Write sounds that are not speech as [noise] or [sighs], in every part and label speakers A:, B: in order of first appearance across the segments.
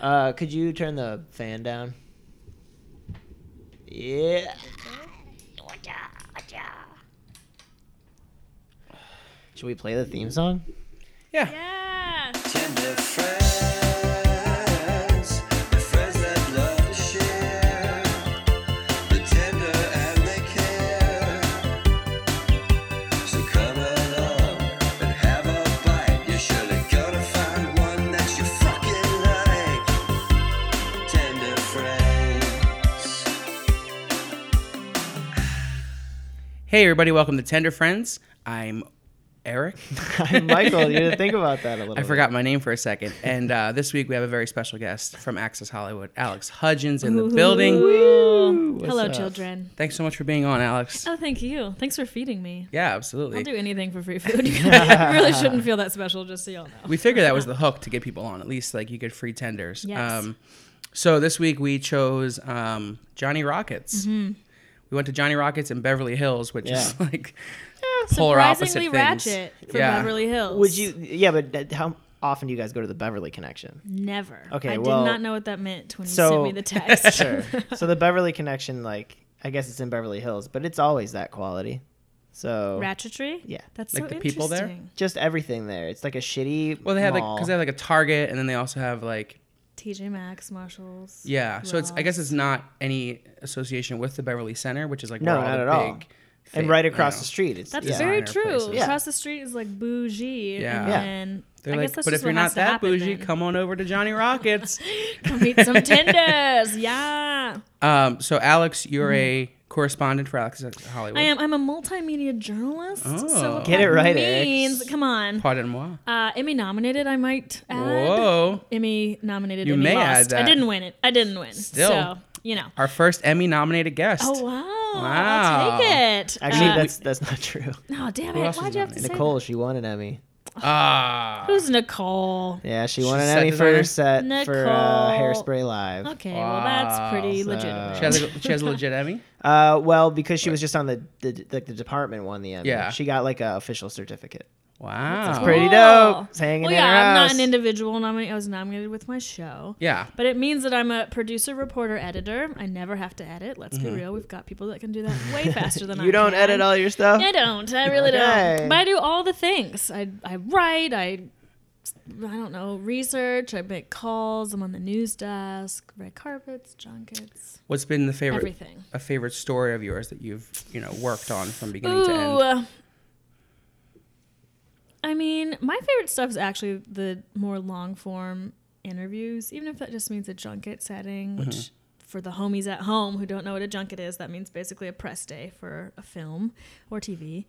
A: Uh, could you turn the fan down? Yeah. Should we play the theme [laughs] song?
B: Yeah.
C: Yeah.
D: Tender friends, the friends that love to share, the tender and they care. So come along and have a bite. You're surely gonna find one that you fucking like. Tender friends.
B: Hey, everybody, welcome to Tender Friends. I'm Eric.
A: Michael, you didn't think about that a little.
B: I forgot my name for a second. And uh, this week we have a very special guest from Access Hollywood, Alex Hudgens, in the building.
C: Ooh.
A: What's
C: Hello,
A: up?
C: children.
B: Thanks so much for being on, Alex.
C: Oh, thank you. Thanks for feeding me.
B: Yeah,
C: I'll
B: absolutely.
C: do anything for
A: [laughs]
C: free food. [laughs] I really shouldn't feel that special, just so y'all know.
B: We figured that was the hook to get people on. At least like you get free tenders. Um,
C: Yes.
B: so this week we chose um, Johnny Rockets.
C: Mm-hmm.
B: We went to Johnny Rockets in Beverly Hills, which is
A: Yeah.
B: like polar opposite
C: Surprisingly
B: things.
C: ratchet from
B: Yeah.
C: Beverly Hills.
A: Would you? Yeah, but that, how often do you guys go to the Beverly Connection?
C: Never.
A: Okay,
C: I
A: well-
C: did not know what that meant when you
A: So-
C: sent me the text.
A: [laughs] [laughs] Sure. so the Beverly Connection, like, I guess it's in Beverly Hills, but it's always that quality. So
C: [laughs] Ratchetry.
A: Yeah.
C: That's
B: Like
C: so
B: the people there?
C: interesting.
A: just everything there. It's like a shitty.
B: Well, they have like
A: mall.
B: because they have like a Target, and then they also have like
C: TJ Maxx, Marshalls.
B: yeah. So it's I
C: Ross.
B: guess it's not any association with the Beverly Center, which is like
A: No,
B: where all
A: not
B: the
A: at all.
B: big
A: and
B: fa-
A: right
B: you
A: across
B: know.
A: the street, it's
C: That's
A: yeah.
C: very
B: designer
C: true.
B: places.
A: Yeah.
C: Across the street is like bougie.
B: Yeah.
C: And
A: Yeah.
C: then
B: They're
C: I
B: like,
C: guess that's
B: but
C: just
B: if you're
C: what
B: not
C: has to
B: that
C: happen
B: bougie,
C: then.
B: come on over to Johnny
C: [laughs]
B: Rockets.
C: Come meet
B: [laughs]
C: some tenders. Yeah.
B: um, so Alex, you're a correspondent for Alex at Hollywood.
C: Mm-hmm. I am. I'm a multimedia journalist. So
B: Oh.
C: what
A: Get
C: that
A: it right, Eric.
C: means, Come on.
B: Pardon moi.
C: Uh, Emmy nominated, I might add.
B: Whoa.
C: Emmy nominated.
B: You
C: Emmy
B: may
C: lost.
B: add that.
C: I didn't win it. I didn't win.
B: Still.
C: So you know.
B: Our first Emmy nominated guest.
C: Oh wow!
B: Wow.
C: I'll take it.
A: Actually,
C: Uh,
A: that's that's not
C: [laughs]
A: true.
C: no, damn
B: Who
C: it!
B: else
C: Why'd
B: is
C: you have to say
A: Nicole, she won an Emmy.
B: Ah.
C: That? Who's Nicole?
A: Yeah, she won
B: She's
A: an
B: set
A: Emmy for
B: designer?
A: her set for uh,
C: Nicole.
A: Hairspray Live.
C: Okay, well that's pretty legitimate.
B: She has, a,
C: [laughs]
B: she has a legit Emmy.
A: Uh, well, because she was just on the the, like the department won the Emmy.
B: Yeah.
A: She got like a official certificate.
B: Wow.
A: It's pretty
C: Cool.
A: dope. It's hanging
C: well,
A: in
C: yeah,
A: her
C: I'm
A: house.
C: not an individual nominee. I was nominated with my show.
B: Yeah.
C: But it means that I'm a producer, reporter, editor. I never have to edit. Let's be real. We've got people that can do that way faster than I
A: Mm-hmm. [laughs] you don't
C: can.
A: edit all your stuff.
C: I don't. I really
A: Okay.
C: don't. But I do all the things. I, I write. I I don't know research. I make calls. I'm on the news desk, red carpets, junkets,
B: What's been the favorite
C: everything.
B: a favorite story of yours that you've you know worked on from beginning to
C: Ooh.
B: end?
C: uh, I mean, my favorite stuff is actually the more long form interviews, even if that just means a junket setting,
B: Mm-hmm.
C: which for the homies at home who don't know what a junket is, that means basically a press day for a film or TV.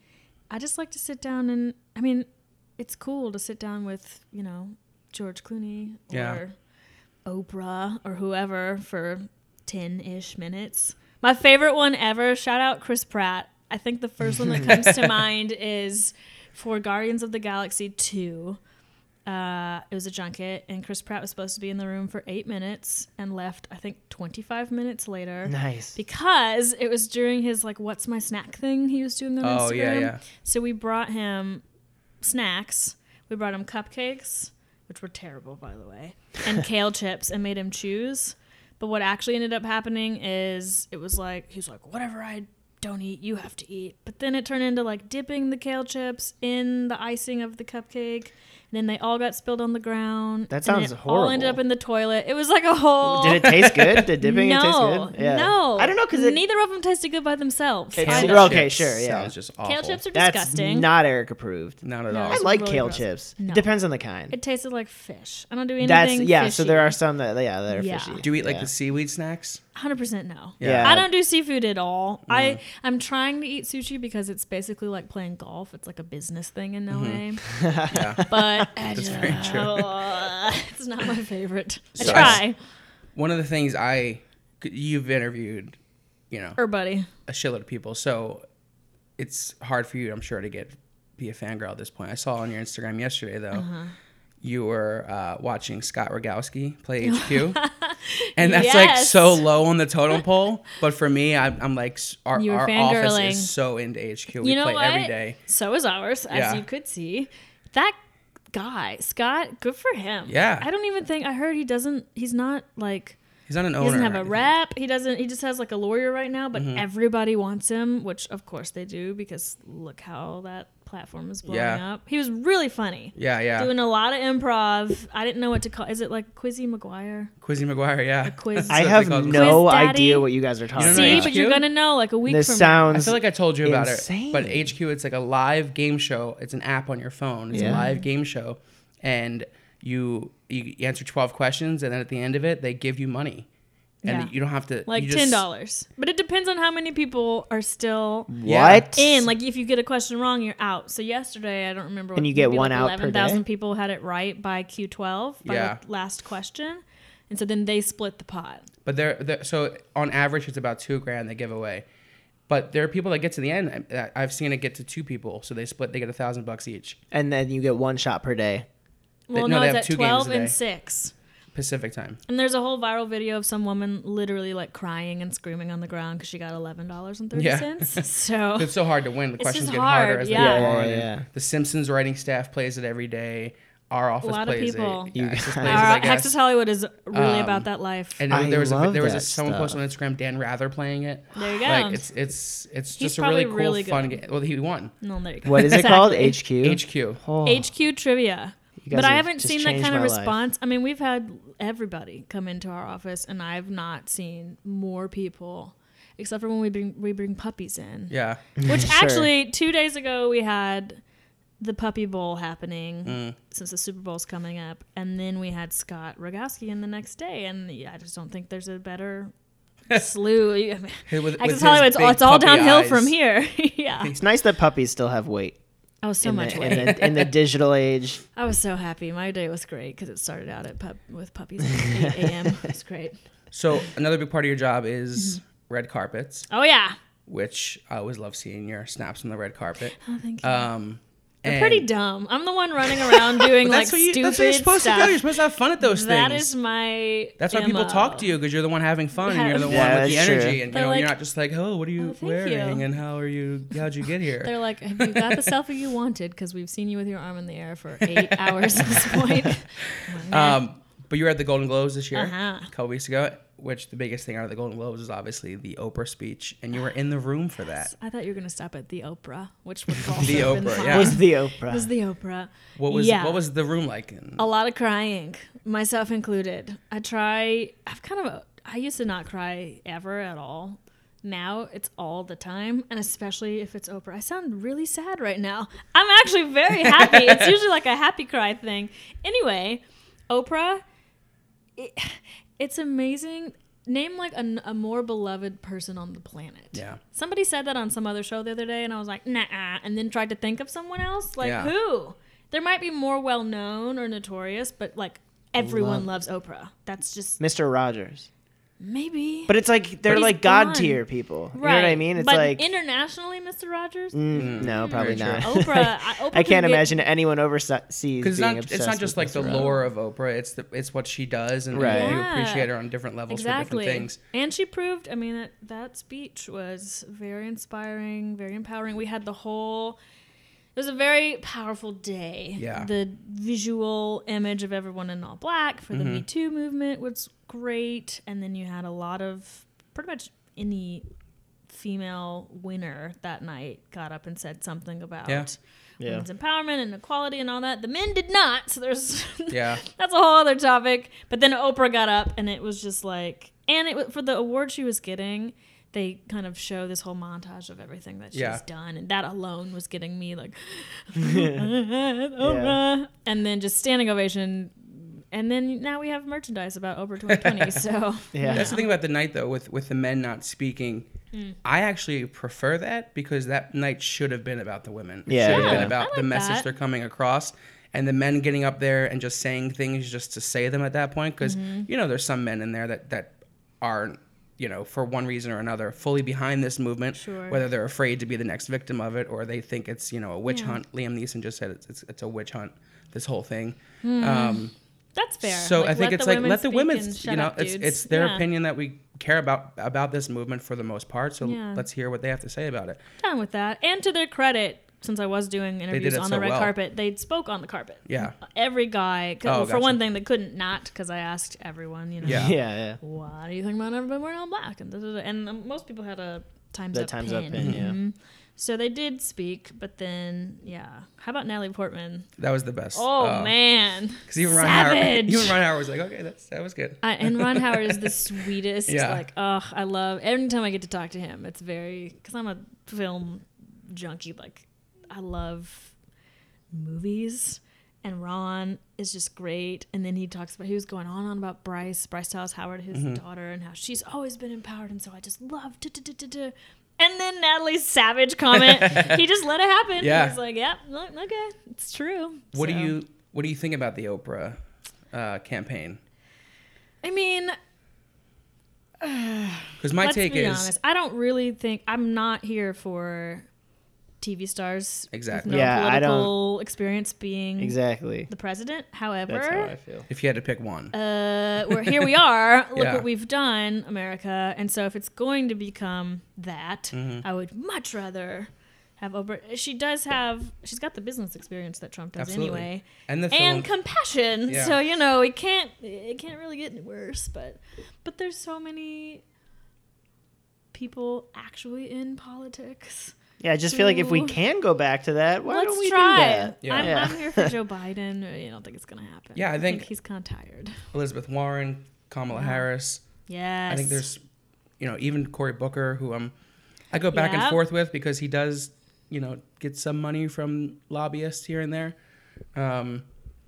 C: I just like to sit down and, I mean, it's cool to sit down with, you know, George Clooney or
B: Yeah.
C: Oprah or whoever for 10 ish minutes. My favorite one ever, shout out Chris Pratt. I think the first one that comes to mind is for Guardians of the Galaxy 2. Uh, it was a junket, and Chris Pratt was supposed to be in the room for eight minutes and left, I think, 25 minutes later
A: Nice.
C: because it was during his like what's my snack thing he was doing on
B: Oh,
C: Instagram.
B: yeah, yeah.
C: So we brought him snacks. We brought him cupcakes, which were terrible by the way,
A: [laughs]
C: and kale chips and made him choose. But what actually ended up happening is it was like he's like whatever I don't eat, you have to eat. But then it turned into like dipping the kale chips in the icing of the cupcake. And then they all got spilled on the ground.
A: That
C: and
A: sounds
C: it All ended
A: horrible.
C: up in the toilet. It was like a whole.
A: Did it taste good? Did dipping it taste good?
C: [laughs] No.
A: I don't know because it.
C: neither of them tasted good by themselves.
A: It's-
C: I
A: Kale
C: know.
A: okay, sure, yeah.
B: Sounds just awful.
C: Kale chips are
A: that's
C: disgusting.
A: not Eric approved.
B: not at
C: No.
B: all.
A: I
C: It's
A: like
C: really
A: kale
C: gross.
A: chips.
C: No.
A: Depends on the kind.
C: it tasted like fish. I don't do anything.
A: That's yeah. So there are
C: fishy.
A: some that yeah that are
C: Yeah.
A: fishy.
B: Do you eat like
A: Yeah.
B: the seaweed snacks?
C: 100% no.
A: Yeah. Mm. [laughs]
C: I don't do seafood at all. I I'm trying to eat sushi because it's basically like playing golf. It's like a business thing in
A: Mm-hmm. [laughs]
C: LA.
B: Yeah.
C: But I just,
B: very true.
C: [laughs] it's not my favorite. I
B: So I s-
C: try.
B: [laughs] One of the things I you've interviewed, you know,
C: Or buddy. [laughs]
B: a shitload of people, so it's hard for you, I'm sure, to get be a fangirl at this point. I saw on your Instagram yesterday though.
C: Uh-huh.
B: You were uh, watching Scott Rogowski play
C: [laughs]
B: HQ, and that's like
C: Yes.
B: so low on the totem pole. But for me, I'm, I'm like s- our,
C: You were
B: our office
C: fangirling.
B: is so into HQ. We
C: you know
B: play
C: what?
B: every day.
C: So is ours,
B: Yeah.
C: as you could see. That guy. Scott, good for him.
B: Yeah.
C: I don't even think I heard he doesn't he's not like
B: He's not an owner.
C: he doesn't have
B: or
C: a
B: anything. Mm-hmm.
C: rep. He doesn't he just has like a lawyer right now, but everybody wants him, which of course they do because look how that platform is blowing
B: Yeah.
C: up. He was really funny.
B: Yeah, yeah.
C: Doing a lot of improv. I didn't know what to call is it like Quizzy McGuire?
B: Quizzy McGuire, yeah.
C: quiz-
B: That's
A: I
B: what
A: have
B: they call them.
A: no
C: Quiz daddy.
A: idea what you guys are talking
B: don't know
C: See,
A: about.
C: but
B: HQ?
C: you're gonna know like a week
A: this
C: from
B: I
A: sounds
B: feel like I told you about
A: Insane.
B: it. But HQ, it's like a live game show. It's an app on your phone. It's a
A: Yeah.
B: live game show, and you you answer twelve questions, and then at the end of it, they give you money, and
C: Yeah.
B: you don't have to
C: like
B: you just-
C: ten dollars. But it depends on how many people are still
B: Yeah.
A: what?
C: in. Like if you get a question wrong, you're out. So yesterday, I don't remember. what-
A: you get
C: maybe
A: one
C: like
A: out per day?
C: people had it right by Q12 by
B: Yeah.
C: the last question, and so then they split the pot.
B: But there, there, so on average, it's about two grand they give away. But there are people that get to the end. I- I've seen it get to two people, so they split. They get a thousand bucks each
A: and then you get one shot per day.
C: Well,
B: no,
C: no,
B: they have
C: it's
B: two
C: at
B: games
C: 12
B: today.
C: and six.
B: Pacific time.
C: And there's a whole viral video of some woman literally like crying and screaming on the ground because she got eleven dollars and thirty cents. [laughs] So
B: It's so hard to win. The
C: It's
B: questions
C: just
B: get harder
C: hard,
B: as
C: yeah.
B: they go
A: Yeah,
B: on.
A: yeah,
B: and
A: yeah.
B: The Simpsons writing staff plays it every day. Our office
C: lot of
B: plays
C: people.
B: it.
A: You
B: Access
A: guys-
B: plays it, I
C: our
B: guess.
C: Access Hollywood is really
B: Um,
C: about that life.
B: And
A: I
B: there was a,
A: love
B: there was a,
A: that
B: someone posted on
A: stuff.
B: Instagram Dan Rather playing it.
C: There you go.
B: Like it's it's it's
C: He's
B: just a really
C: probably
B: cool
C: really
B: fun
C: good.
B: game. Well, he won
C: no, there you go.
A: What
C: [laughs]
A: is it called? HQ.
B: HQ.
A: Oh,
C: HQ trivia.
A: You guys
C: But I
A: have
C: haven't
A: just
C: seen that
A: changed
C: kind of
A: my life.
C: response. I mean, we've had everybody come into our office, and I've not seen more people, except for when we bring we bring
A: [laughs]
C: puppies in.
B: Yeah,
C: Which
A: Sure.
C: actually, two days ago, we had the puppy bowl happening
A: Mm.
C: since the Super Bowl's coming up, and then we had Scott Rogowski in the next day, and yeah, I just don't think there's
A: [laughs]
C: a better slew. I mean,
B: With- with
C: Access
B: his
C: Hollywood, it's all-
B: big
C: it's all
B: puppy
C: downhill
B: eyes.
C: from here. [laughs]
A: [laughs]
C: yeah,
A: It's nice that puppies still have weight
C: oh, so
A: in,
C: much
A: the,
C: work.
A: in, the, in the digital
C: [laughs]
A: age.
C: I was so happy. My day was great because it started out at pub with puppies at
B: [laughs]
C: 8 a.m. It was great.
B: So another big part of your job is red carpets,
C: Oh yeah,
B: which I always love seeing your snaps on the red carpet.
C: oh, thank you.
B: Um,
C: They're
B: and-
C: pretty dumb. I'm the one
B: [laughs]
C: running around doing like
B: That's what, you,
C: stupid
B: that's what you're supposed
C: stuff.
B: to do. You're supposed to have fun at those
C: That
B: things.
C: is my.
B: that's why people talk to you because you're the one having fun. and You're the
A: Yeah,
B: one with the
A: that's true.
B: energy, and you
C: They're
B: know you're
C: like,
B: not just like, oh, what are you
C: "Oh, thank you."
B: wearing, and how are you, how'd you get here?
C: [laughs] They're like, have you got the selfie you wanted? Because we've seen you with your arm in the air for
B: [laughs]
C: eight hours at this point.
B: Um, but you were at the Golden Globes this year,
C: Uh-huh.
B: a couple weeks ago. Which the biggest thing out of the Golden Globes is obviously the Oprah speech, and you were in the room for that.
C: I thought you were going to stop at the Oprah,
B: [laughs]
C: which would also
B: The
C: have been
B: Oprah,
C: fine.
B: yeah.
A: Was the
C: Was
A: Oprah?
C: the Oprah.
B: What was
C: Yeah. Oh.
B: what was the room like? And
C: a lot of crying, myself included. I try. I've kind of. I used to not cry ever at all. Now it's all the time, and especially if it's Oprah. I sound really sad right now. I'm actually very happy. it's usually like a happy cry thing. Anyway, Oprah. It, it's amazing. Name like a, a more beloved person on the planet.
B: Yeah.
C: Somebody said that on some other show the other day, and I was like, nah, and then tried to think of someone else. Like,
B: Yeah.
C: who? There might be more well known or notorious, but like everyone loves Oprah. That's just
A: Mr. Rogers.
C: maybe.
A: But it's like they're
C: he's
A: like god
C: gone.
A: tier people. You know what I mean? It's
C: but
A: like
C: internationally, Mr. Rogers?
A: mm, no, probably
B: Very
A: not. [laughs]
B: true.
C: Oprah, I, Oprah
A: I
C: can
A: can't
C: get-
A: imagine anyone overseas being
B: because it's not
A: obsessed.
B: it's not
A: with
B: just like
A: Mr.
B: the
A: Rogers.
B: lore of Oprah. It's the it's what she does, and
A: Right.
B: you
C: Yeah.
B: appreciate her on different levels for
C: Exactly.
B: different things.
C: And she proved, I mean, that, that speech was very inspiring, very empowering. We had the whole, it was a very powerful day.
B: Yeah.
C: The visual image of everyone in all black for the
B: Mm-hmm.
C: Me Too movement was great. And then you had a lot of pretty much any female winner that night got up and said something about
B: Yeah.
A: Yeah.
C: women's empowerment and equality and all that. The men did not. So there's [laughs]
B: Yeah.
C: that's a whole other topic. But then Oprah got up, and it was just like, and it wa- for the award she was getting, they kind of show this whole montage of everything that she's
B: Yeah.
C: done, and that alone was getting me
B: [laughs]
C: like, [laughs] Oprah, and then just standing ovation. And then now we have merchandise about
B: [laughs]
C: Oprah 2020. so
A: Yeah.
B: That's the thing about the night though, with with the men not speaking.
C: Mm.
B: I actually prefer that because that night should have been about the women. It
A: Yeah,
B: should have
A: yeah.
B: been about
C: I
B: the
C: like
B: message
C: that.
B: they're coming across and the men getting up there and just saying things just to say them at that point because
C: Mm-hmm.
B: you know there's some men in there that that aren't you know for one reason or another fully behind this movement
C: Sure.
B: whether they're afraid to be the next victim of it or they think it's you know a witch
C: Yeah.
B: hunt liam neeson just said it's, it's, it's a witch hunt this whole thing
C: Hmm.
B: um,
C: that's fair.
B: so I think
C: let
B: it's
C: the
B: like let the
C: speak
B: women,
C: and
B: s-
C: shut
B: you know,
C: up,
B: it's
C: dudes.
B: it's their
C: Yeah.
B: opinion that we care about about this movement for the most part. So
C: Yeah.
B: let's hear what they have to say about it.
C: Done with that. And to their credit, since I was doing interviews
B: it
C: on
B: so
C: the red
B: well.
C: carpet, they spoke on the carpet.
B: Yeah.
C: Every guy, 'cause-
B: Oh,
C: well, for
B: gotcha.
C: one thing, they couldn't not because I asked everyone, you know,
A: [laughs]
B: Yeah.
A: Yeah, yeah.
C: what do you think about Never Been Wearing All Black? And, da, da, da. and um, most people had a Time's
A: The
C: Up
A: Time's
C: pin.
A: Up pin,
B: Mm-hmm.
A: yeah.
C: Mhm. So they did speak, but then, yeah. How about Natalie Portman?
B: That was the best. [laughs]
C: Oh, man.
B: Because even Ron Howard,
C: Savage.
B: [laughs] even Ron Howard was like, okay, that's that was good.
C: I, and Ron Howard is the sweetest.
B: Yeah.
C: Like, oh, I love every time I get to talk to him. It's very because I'm a film junkie. Like, I love movies, and Ron is just great. And then he talks about he was going on and on about Bryce, Bryce Dallas Howard, his
B: Mm-hmm.
C: daughter, and how she's always been empowered, and so I just love. duh, duh, duh, duh, duh. And then Natalie's
B: [laughs]
C: savage comment. he just let it happen.
B: Yeah.
C: He's like, yep, look, okay, it's true.
B: What
C: So-
B: do you what do you think about the Oprah uh, campaign?
C: I mean,
B: Because my
C: Let's
B: take
C: be
B: is
C: honest. I don't really think I'm not here for TV stars.
B: Exactly.
C: With no
A: Yeah, I don't-
C: political experience being
A: Exactly.
C: the president.
A: That's how I
C: However,
A: feel.
B: if you had to pick one,
C: uh, we're here.
B: [laughs]
C: We are. Look
B: Yeah.
C: what we've done, America. And so, if it's going to become that,
B: Mm-hmm.
C: I would much rather have Oprah. She does have. She's got the business experience that Trump does
B: Absolutely.
C: anyway,
B: and the film,
C: and compassion.
B: Yeah.
C: So you know, it can't. It can't really get any worse. But but there's so many people actually in politics.
A: Yeah, I just feel like if we
C: Ooh.
A: can go back to that, why
C: Let's
A: don't we
C: try.
A: do that?
B: Yeah.
C: I'm,
A: Yeah.
C: I'm
A: [laughs]
C: here for Joe Biden. I don't think it's gonna happen.
B: Yeah, I think-
C: he's kind of tired.
B: Elizabeth Warren, Kamala Harris.
C: Yes,
B: I think there's, you know, even Cory Booker, who I'm, I go back and
C: Yep.
B: forth with because he does, you know, get some money from lobbyists here and there. Um,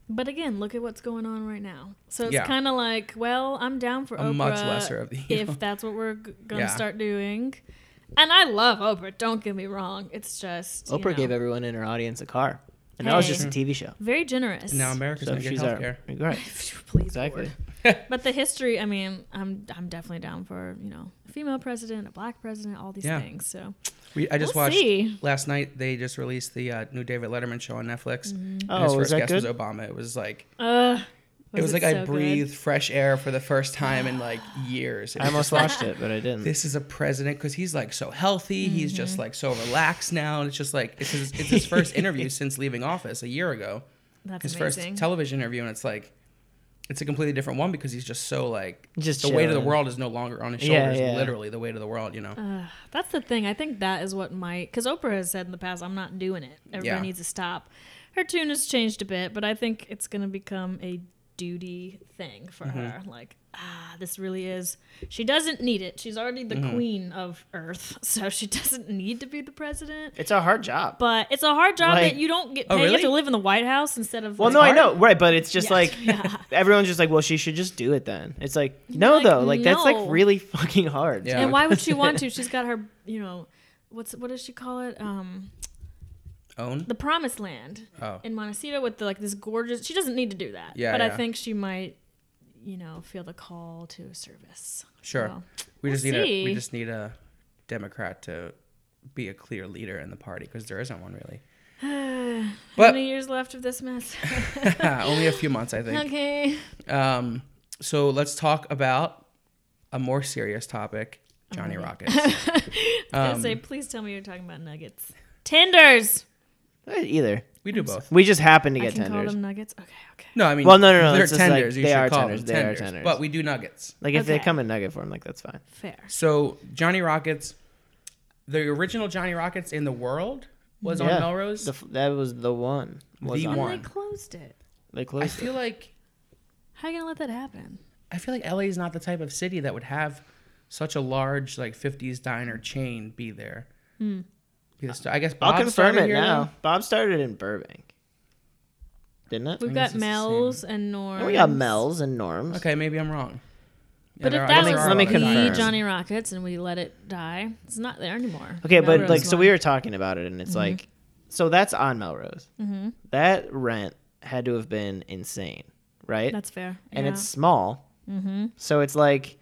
C: But again, look at what's going on right now. So it's
B: Yeah.
C: kind of like, well, I'm down for
B: A
C: Oprah.
B: much lesser of the evil.
C: if that's what we're
B: [laughs]
C: g- gonna
B: Yeah.
C: start doing. And I love Oprah. Don't get me wrong. It's just
A: Oprah gave everyone in her audience a car, and that was just a
C: Hey.
A: TV show.
C: very generous.
B: now America's
A: So
B: gonna get
A: she's our
B: healthcare.
C: [laughs]
A: right.
C: Please,
A: Exactly.
C: Lord. But the history, I mean, I'm I'm definitely down for you know a female president, a black president, all these
B: Yeah.
C: things. So
B: We, I just
C: We'll
B: watched
C: see.
B: last night. They just released the uh, new David Letterman show on Netflix.
C: Mm-hmm.
B: And
A: Oh,
B: his
A: was
B: first
A: that
B: guest was
A: good?
B: Obama. It was like
C: Uh,
B: it was like
C: so
B: I
C: good?
B: breathed fresh air for the first time in
C: [gasps]
B: like years. It
A: I
B: was
A: almost
B: just like,
A: watched it, but
C: [laughs]
A: I didn't.
B: This is a president because he's like so healthy. He's just
C: Mm-hmm.
B: like so relaxed now, and it's just like it's his, it's
A: [laughs]
B: his first interview since leaving office a year ago.
C: That's
B: his
C: amazing.
B: first television interview, and it's like it's a completely different one because he's just so like
A: Just
B: the weight of the
A: chilling.
B: world is no longer on his
A: Yeah,
B: shoulders.
A: yeah. Uh,
B: Literally, the weight of the world. You know,
C: That's the thing. I think that is what my because Oprah has said in the past, I'm not doing it. Everybody
B: Yeah.
C: needs to stop. Her tune has changed a bit, but I think it's going to become a duty thing
B: Mm-hmm.
C: for her. Like, ah, this really is. She doesn't need it. She's already the
B: Mm-hmm.
C: queen of Earth, [laughs] so she doesn't need to be the president.
A: It's a hard job.
C: But it's a hard job
A: Like-
C: that you don't get paid.
B: Oh,
C: You have to
B: really?
C: live in the White House instead of.
A: Well,
C: like-
A: no, I know, right? But it's just
C: Yeah.
A: like
C: [laughs] Yeah.
A: everyone's just like, well, she should just do it then. It's like, no,
C: like,
A: though, like that's
C: no.
A: like really [laughs] fucking hard.
B: Yeah.
C: And why would she
A: [laughs]
C: want to? She's got her, you know, what's what does she call it? Um,
B: own.
C: the promised land
B: Oh.
C: in Montecito with the, like this gorgeous. She doesn't need to do that.
B: Yeah,
C: but I
B: yeah.
C: think she might, you know, feel the call to service.
B: Sure.
C: So,
B: we
C: we'll
B: just need a
C: see.
B: we just need a Democrat to be a clear leader in the party because there isn't
A: [sighs]
B: one really.
C: how
B: but
C: many years left of this mess?
B: [laughs] only a few months,
A: [laughs]
B: I think.
C: [laughs] okay.
B: Um, so let's talk about a more serious topic: Johnny
A: Oh,
B: Rockets.
C: I was gonna
B: um,
C: say, please tell me you're talking about nuggets. Tenders.
A: Eh, Either
B: We
A: [laughs]
B: do both.
A: we just happen to
C: I
A: get
C: can call
A: tenders.
C: them nuggets. Okay. Okay.
B: No, I mean,
A: Well, no, no, no,
B: They're
A: it's just like,
B: tenders. you
A: they
B: should
A: are
B: call
A: tenders,
B: Them
A: they are
B: tenders,
A: tenders.
B: But we do nuggets.
A: Like if they
C: Okay.
A: come in nugget form, like that's fine.
C: Fair.
B: So Johnny Rockets, the original Johnny Rockets in the world was
A: Yeah.
B: on Melrose.
A: The f- that was the one. Was
B: The
A: on-
B: one.
C: They closed it.
A: They
B: I
A: closed.
B: feel like
C: How you gonna let that happen?
B: I feel like LA is not the type of city that would have such a large like 50s diner chain be there.
C: Hmm.
B: Be the st- I guess
A: I'll
B: Bob
A: confirm
B: started
A: it
B: here,
A: now.
B: though.
A: Bob started in Burbank, didn't it?
C: We've
B: I guess
C: got
B: it's the same.
C: Mel's and Norms.
A: And we got Mel's and Norms.
B: Okay, maybe I'm wrong. Yeah,
C: But
B: there
C: if
B: are-
C: that
B: there
C: was
B: are
A: Let me
B: other
A: confirm.
C: the
B: diners.
C: Johnny Rockets and we let it die, it's not there anymore.
A: Okay, but
C: Melrose
A: like, so
C: one. Mm-hmm.
A: we were talking about it, and it's like, so that's on Melrose. That rent had to have been insane, right?
C: That's fair.
A: and
C: yeah. Mm-hmm.
A: it's small, so it's like,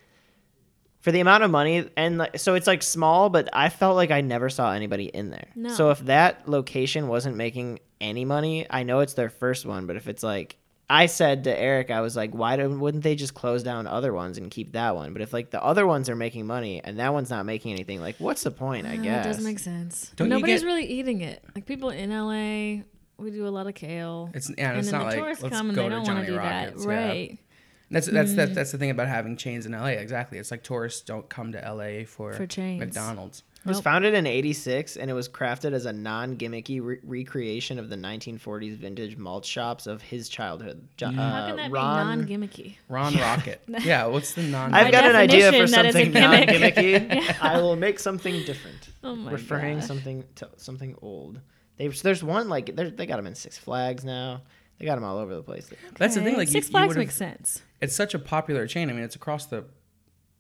A: for the amount of money, and like, so it's like small, but I felt like I never saw anybody in there.
C: No.
A: So if that location wasn't making any money, I know it's their first one, but if it's like I said to Eric, I was like, why don't, wouldn't they just close down other ones and keep that one? But if like the other ones are making money and that one's not making anything, like what's the point? I
C: Yeah,
A: guess.
C: It doesn't make sense.
B: Don't you
C: Nobody's
B: get-
C: really eating it. Like people in LA, we do a lot of kale.
B: It's yeah,
C: and
B: it's
C: then
B: not
C: the
B: like
C: tourists
B: let's
C: come and
B: go
C: they
B: to
C: don't want
B: Johnny
C: to do
B: Rockets.
C: that, right? Hmm.
B: Yeah. That's that's that's that's the thing about having chains in LA. Exactly. It's like tourists don't come to LA for,
C: For chains.
B: McDonald's.
A: It was
C: Nope.
A: founded in 86 and it was crafted as a non gimmicky re- recreation of the 1940s vintage malt shops of his childhood. Jo-
C: How
A: uh,
C: can that
A: Ron-
C: be non-gimmicky?
B: Ron
C: [laughs]
B: Rocket. Yeah, what's the non?
A: I've
C: By
A: got an idea for
C: definition, that is a
A: something non
C: gimmick.
A: gimmicky.
C: [laughs]
A: I will make something different.
C: Oh my
A: Referring
C: God.
A: something to something old. They, there's one like they're- they got them in Six Flags now. They got them all over the place.
B: That's the thing.
C: Okay.
B: Like you,
C: Six
B: you
C: Flags
B: would've-
C: makes sense.
B: It's such a popular chain. I mean, it's across the.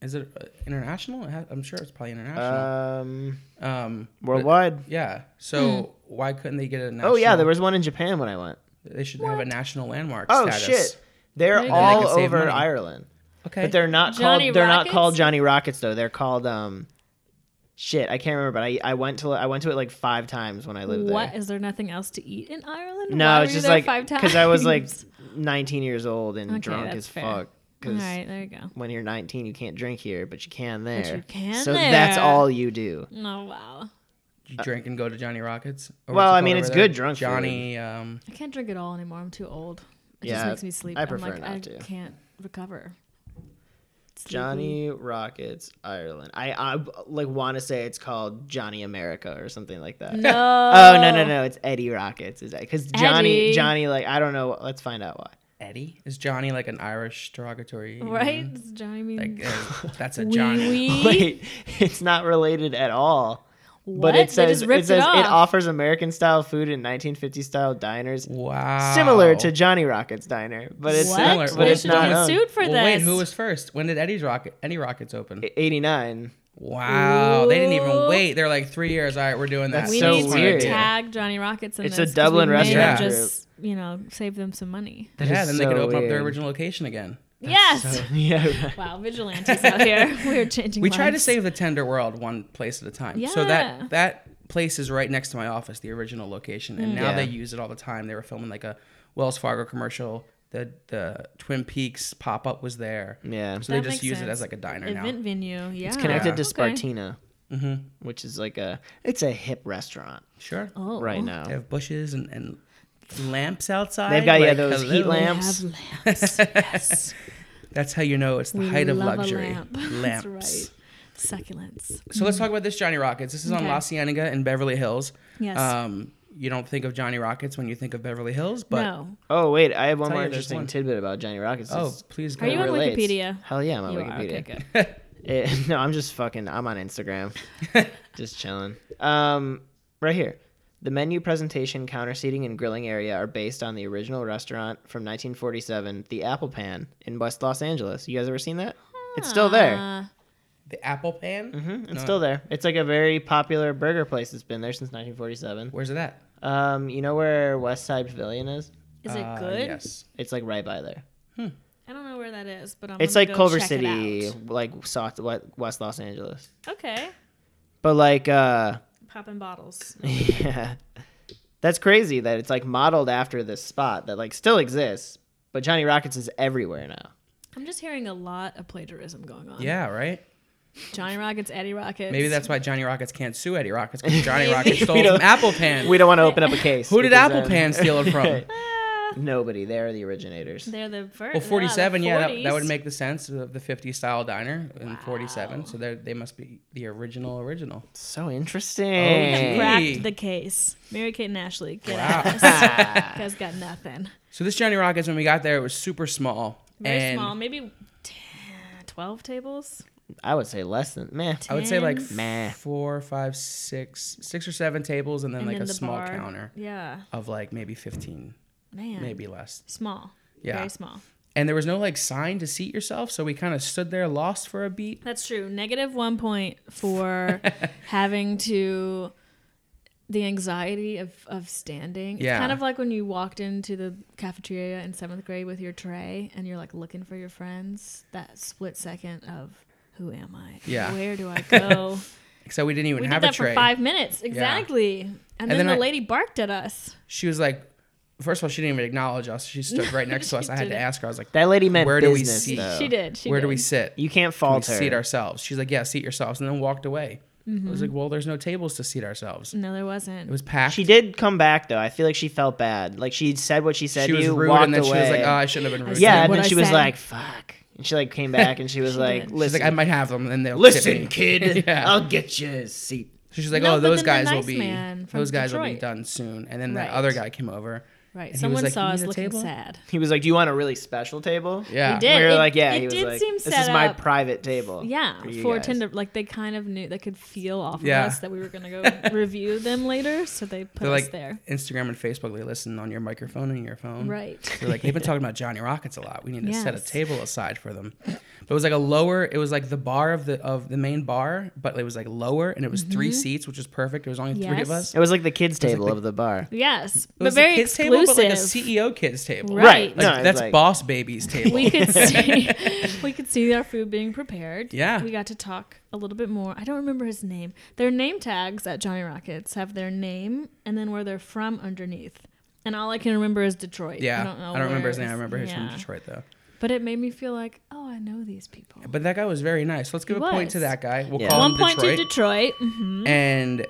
B: Is it uh, international? It ha- I'm sure it's probably international.
A: Um,
B: um, but-
A: worldwide.
B: yeah. So
C: Hmm.
B: why couldn't they get a? National,
A: Oh yeah, there was one in Japan when I went.
B: They should have a national landmark.
A: Oh
B: status.
A: shit,
C: There
A: they're
C: you go.
B: And they
A: all
B: can save
A: over
B: money.
A: Ireland,
B: Okay.
A: but they're not
C: Johnny
A: called. They're not
C: Rockets?
A: called Johnny Rockets though. They're called um, shit. I can't remember, but I, I went to I went to it like five times when I
C: What
A: lived
C: is
A: there.
C: there nothing else to eat in Ireland?
A: No,
C: Why
A: it's
C: were you
A: just
C: there
A: like
C: five times?
A: because I was like 19 years old and
C: Okay,
A: drunk
C: that's
A: as
C: fair.
A: fuck.
C: all
A: [laughs] 'cause
C: right, there you go.
A: when you're 19, you can't drink here, but you can there.
C: you can
A: so that's
C: there. Mm-hmm.
A: all you do.
C: No, Oh, wow,
B: you drink and go to Johnny Rockets. Or
A: well,
B: what's it
A: I mean,
B: called
A: it's
B: over
A: good drunk
B: Johnny. Um,
C: I can't drink at all anymore. I'm too old. It
A: Yeah,
C: just makes me sleep.
A: I
C: I'm
A: prefer
C: like,
A: not
C: I
A: to.
C: can't recover. Sleepy.
A: Johnny Rockets Ireland. I, I like want to say it's called Johnny America or something like that. [laughs]
C: No.
A: Oh no no no! It's Eddie Rockets. Is that because Johnny
C: Eddie.
A: Johnny like I don't know. Let's find out why.
B: Eddie is Johnny like an Irish derogatory? name?
C: Right? Does Johnny mean
B: Like
A: [laughs]
B: uh, that's a
C: wee
B: Johnny.
C: wee?
A: Wait, it's not related at all.
C: What?
A: But it
C: They
A: says
C: just
A: it
C: ripped
A: says it,
C: off.
A: offers American style food in 1950 style diners,
B: Wow.
A: similar to Johnny Rockets diner, but it's
C: What?
B: Similar.
A: but
B: They
A: it's
B: should
A: not
B: get
A: owned.
C: sued for
B: well,
C: this.
B: Wait, who was first? When did Eddie's Rocket Eddie Rockets open? [laughs]
A: 89.
B: Wow, they didn't even
C: Ooh.
B: wait. They're like three years. All right, we're doing that.
A: That's
C: we
A: so
C: need
A: weird.
C: to tag Johnny Rockets in
A: It's a
C: this 'cause
A: Dublin
C: we may
B: restaurant
C: have just you know save them some money.
A: That
B: yeah,
A: is
B: then they could
A: so
B: open up their
A: weird.
B: original location again.
C: yes.
A: yeah. right.
C: [laughs] Wow, vigilantes out here. [laughs] We're changing.
B: We try to
C: lives.
B: save the tender world one place at a time. So
C: Yeah.
B: that that place is right next to my office, the original location,
C: Mm.
B: and now
A: Yeah.
B: they use it all the time. They were filming like a Wells Fargo commercial. The the Twin Peaks pop up was there.
A: Yeah.
B: So
C: That
B: they just
C: makes
B: use it
C: sense.
B: as like a diner now.
C: event venue. Yeah,
A: It's connected to
B: Yeah.
C: Oh, Okay.
A: Spartina,
B: Mm-hmm.
A: which is like a it's a hip restaurant
B: Sure.
C: Oh,
A: right now.
B: They have bushes and, and lamps outside.
A: They've got yeah
B: like,
A: those heat
B: hello.
C: We
A: lamps.
C: have
B: [laughs]
C: lamps. yes,
B: That's how you know it's the
C: we
B: height of
C: love a
B: luxury.
C: lamp. [laughs]
B: Lamps.
C: That's right. Succulents.
B: So let's talk about this Johnny Rockets. This is on
C: Mm. Okay.
B: La Cienega in Beverly Hills.
C: Yes.
B: Um, you don't think of Johnny Rockets when you think of Beverly Hills, but
C: no,
A: Oh wait, I have one
B: Tell
A: more
B: you there's
A: interesting
B: one.
A: tidbit about Johnny Rockets.
B: oh,
A: It's-
B: please go.
C: Are you
A: it
C: on
A: relates.
C: Wikipedia?
A: Hell yeah, I'm
B: Oh,
A: on
C: you are.
A: Wikipedia.
C: Okay, good.
A: Eh, [laughs] no, I'm just fucking. I'm on
C: [laughs]
A: Instagram, just chilling. Um, right here. The menu presentation, counter seating, and grilling area are based on the original restaurant from 1947, the Apple Pan in West Los Angeles. You guys ever seen that? It's still there.
C: Uh,
B: the Apple Pan.
A: hmm It's
B: No.
A: still there. It's like a very popular burger place. It's been there since 1947.
B: Where's it at?
A: Um, you know where West Side Pavilion is?
C: is it
B: Uh,
C: good?
B: Yes.
A: It's like right by there.
C: I don't know where that is, but I'm
A: it's
C: gonna
A: like
C: go
A: Culver
C: check it
A: City,
C: out.
A: like South West Los Angeles.
C: Okay,
A: But like, uh,
C: popping bottles.
A: yeah, that's crazy that it's like modeled after this spot that like still exists, but Johnny Rockets is everywhere now.
C: I'm just hearing a lot of plagiarism going on.
B: Yeah. Right.
C: Johnny Rockets, Eddie Rockets.
B: Maybe that's why Johnny Rockets can't sue Eddie Rockets
C: [laughs]
B: because Johnny Rockets
A: We
B: stole
A: don't-
B: from Apple Pan.
A: We don't want to open up
B: [laughs]
A: a case.
B: Who did
A: because,
B: Apple
A: um,
B: Pan steal it
C: [laughs]
B: from?
C: Ah,
A: [laughs] Nobody. They're the originators.
C: they're the first.
B: Well, 47, yeah, that, that would
C: 40s.
B: make the sense of the 50 style diner in 47. So they're- they must be the original original.
A: So interesting.
B: Oh, yeah, crap. Hey.
C: cracked the case. Mary Kate and Ashley, get
B: [laughs] Wow.
C: out of this. You guys got nothing.
B: So this Johnny Rockets, when we got there, it was super small.
C: Very
B: and
C: small, maybe 10, 12 tables.
A: I would say less than man.
B: I would say like
C: 10.
A: Meh.
B: four, five, six, six or seven tables, and then
C: and
B: like
C: then
B: a
C: the
B: small
C: bar.
B: counter
C: Yeah,
B: of like maybe 15,
C: man.
B: maybe less.
C: Small.
B: Yeah.
C: Very small.
B: And there was no like sign to seat yourself. So we kind of stood there lost for a beat.
C: That's true. Negative one point
B: [laughs]
C: for having to the anxiety of, of standing.
B: Yeah.
C: It's kind of like when you walked into the cafeteria in seventh grade with your tray and you're like looking for your friends. That split second of who am I?
B: Yeah.
C: Where
B: [laughs]
C: do I go?
B: So we didn't even
C: we did
B: have a
C: that
B: tray.
C: for five minutes. Exactly. And, then,
B: then
C: the
B: I-
C: lady barked at us.
B: She was like, First of all, she didn't even acknowledge us. She stood right
A: [laughs]
B: next to us.
C: She
B: I had to
C: didn't.
B: ask her. I was like,
A: That lady meant
B: Where do we
A: business,
B: see-
A: though.
C: She did. She
B: "Where do
C: did.
B: we sit?
A: You can't
B: Can we
A: fault her.
B: seat ourselves?" She's like, "Yeah, seat yourselves," and then walked away. I
A: Mm-hmm.
B: was like, "Well, there's no tables to seat ourselves."
C: No, there wasn't.
B: It was packed.
A: She did come back though. I feel like she felt bad. Like she said what she said
B: She
A: to
B: was
A: you,
B: rude,
A: walked
B: and then
A: away.
B: she was like, "Oh, I shouldn't have been rude."
A: yeah,
C: said
A: and
C: what
A: then
C: I
A: she was
C: said.
A: like, "Fuck," and she like
B: [laughs]
A: came back and she was like,
C: did. She's
B: She's
A: "Listen,
B: like, I might have them, and they'll tip me."
A: listen, kid,
B: [laughs] Yeah.
A: I'll get you a seat."
B: So she's like,
C: No,
B: "Oh,
C: but
B: those
C: then the
B: guys will
C: nice
B: be
C: man from
B: those guys will be
C: Detroit."
B: done soon." And then that
C: Right.
B: other guy came over.
C: right.
B: was
C: Someone
B: like,
C: saw
B: "You
C: us
B: need a
C: looking
B: table?"
C: sad.
A: He was like, "Do you want a really special table?"
B: Yeah,
C: did.
A: We were
C: It-
A: like, "Yeah."
C: it
A: he was
C: did
A: like,
C: seem
A: "This
C: set
A: is my
C: up-
A: private
B: Oh,
A: table."
C: Yeah,
A: you
C: for
A: guys."
C: Tinder, like they kind of knew they could feel off
B: Yeah.
C: of us that we
B: [laughs]
C: were gonna go review them later, so they put
B: They're
C: us
B: like "Hmm."
C: there.
B: Instagram and Facebook. They listen on your microphone and your phone.
C: Right.
B: They're like,
C: [laughs]
B: they've been talking about Johnny Rockets a lot. We need to set a
C: Yes.
B: table aside for them. But it was like a lower. It was like the bar of the of the main bar, but it was like lower, and it was three seats, which was perfect. There was only three of
C: Mm-hmm. Yes.
B: us.
A: It was like the kids'
B: was like
A: table
B: the-
A: of the bar.
C: Yes,
B: It
C: but
B: was the
C: very
B: kids
C: exclusive.
B: table, but like a CEO kids table.
C: Right.
B: Like,
A: No, it was
B: that's
A: like-
B: boss baby's table.
C: [laughs] we could see
B: [laughs]
C: we could see our food being prepared.
B: Yeah.
C: We got to talk a little bit more. I don't remember his name. Their name tags at Johnny Rockets have their name and then where they're from underneath. And all I can remember is Detroit.
B: yeah,
C: I don't know.
B: remember
C: where
B: his name. I
C: it's-
B: remember he's
C: yeah.
B: from Detroit though.
C: But it made me feel like, oh, I know these people.
B: But that guy was very nice. Let's give
C: He
B: a point to
C: was.
B: that guy. We'll
A: Yeah.
B: call
C: One
B: him
C: point
B: Detroit.
C: to Detroit. hmm
B: and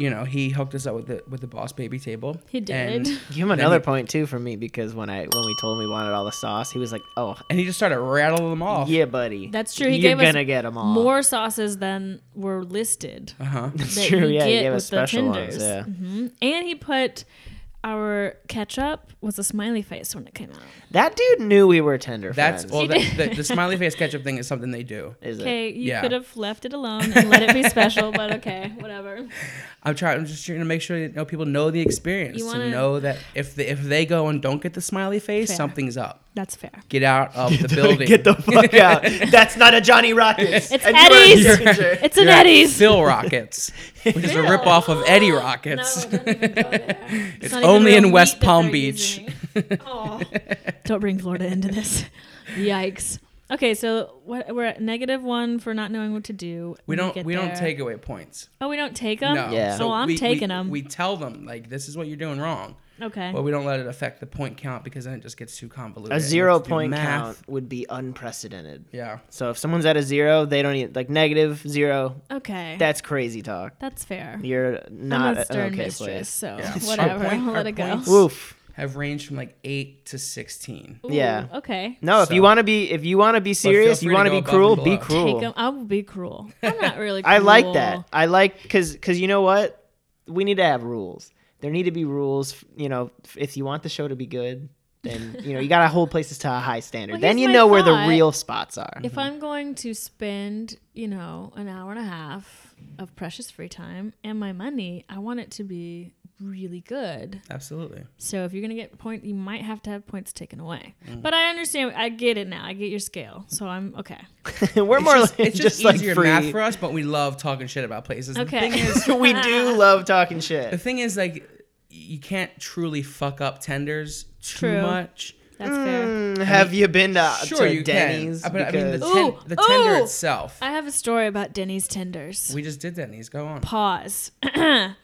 B: you know he hooked us up with the with the boss baby table.
C: He
B: And,
C: did.
A: Give him
B: Then
A: another
B: he-
A: point too for me because when I when we told him we wanted all the sauce, he was like, "Oh,
B: and he just started rattling them off.
A: yeah, buddy."
C: That's true. He
A: You're
C: gave us
A: gonna get 'em all.
C: More sauces than were listed.
B: Uh huh.
A: That's
C: that
A: true.
C: you
A: Yeah, he
C: get
A: gave
C: with
A: us
C: the
A: special ones.
C: Tinders.
A: Yeah.
C: hmm And he put our ketchup was a smiley face when it came out.
A: That dude knew we were Tinder
B: That's
A: friends.
B: well. That, the, the smiley face ketchup thing is something they do.
A: Is
C: [laughs]
A: [laughs] it?
C: Okay, you
B: Yeah.
C: could have left it alone and let
A: [laughs]
C: it be special, but okay, whatever.
B: I'm trying. I'm just trying to make sure that you know, people know the experience
C: You
B: to
C: wanna-
B: know that if the, if they go and don't get the smiley face,
C: Fair.
B: something's up.
C: That's fair.
B: Get out of the building.
A: Get the fuck out. That's not a Johnny Rockets.
C: It's
A: And you are a
C: Eddie's. [laughs]
A: stranger.
C: It's an
B: You're at
C: Eddie's.
B: Phil Rockets, which is a
C: Phil.
B: ripoff of Eddie
C: No,
B: Rockets.
C: don't even
B: [laughs]
C: go there. It's not even
B: only
C: real
B: in
C: meat
B: West
C: that
B: Palm
C: they're
B: Beach.
C: using. Aw. Don't bring Florida into this. [laughs] Yikes. Okay, so what, we're at negative one for not knowing what to do.
B: We
C: when
B: don't.
C: get
B: We don't
C: there.
B: take away points.
C: Oh, we don't take them.
B: No.
A: Yeah.
C: Oh, I'm
B: we,
C: taking
B: we,
C: 'em.
B: We tell them like this is what you're doing wrong.
C: Okay.
B: But we don't let it affect the point count because then it just gets too
A: [laughs]
B: convoluted.
A: A
B: and you
A: zero
B: have to do
A: point
B: math.
A: count would be unprecedented.
B: Yeah.
A: So if someone's at a zero, they don't even like negative zero.
C: okay.
A: That's crazy talk.
C: That's fair.
A: You're
C: I'm
A: not
C: a
A: an
C: stern
A: okay
C: mistress,
A: place.
C: so
B: Yeah. Our
C: whatever.
B: point-
C: I'll
B: our
C: let it go.
B: points-
A: Woof.
B: Have ranged from like eight to sixteen.
C: Ooh,
A: Yeah.
C: Okay.
A: No, if
B: So-
A: you want to be, if you want to be serious,
B: free
A: you
B: to
A: want to
B: go
A: be
B: above
A: cruel,
B: and
A: be
B: below.
A: cruel.
C: Take 'em. I will be cruel. I'm not really.
A: [laughs]
C: Cruel.
A: I like that. I like because because you know what, we need to have rules. There need to be rules. f- You know, f- if you want the show to be good, then you know you got to hold places to a high standard.
C: Well,
A: then you
C: here's my
A: know where the
C: thought.
A: real spots are.
C: If I'm going to spend, you know, an hour and a half of precious free time and my money, I want it to be really good.
B: Absolutely.
C: So if you're gonna get point, you might have to have points taken away.
A: Mm.
C: But I understand. I get it now. I get your scale. So I'm okay.
A: [laughs] We're
B: It's
A: more
B: just,
A: like
B: it's just,
A: just, like
B: easier
A: free.
B: math for us, but we love talking shit about places.
C: Okay.
B: The thing
C: [laughs]
A: [laughs]
B: is,
A: we do love talking
B: the
A: shit.
B: thing is like you can't truly fuck up tenders too
C: True.
B: much.
C: That's fair.
A: Mm, Have you been to, Uh,
B: Sure,
A: to
B: you
A: Denny's?
B: can. Uh, But I mean, the,
A: Because-
B: ten,
C: Ooh,
B: the tender
C: ooh.
B: itself.
C: I have a story about Denny's tenders.
B: we just did Denny's. Go on.
C: pause. [clears throat]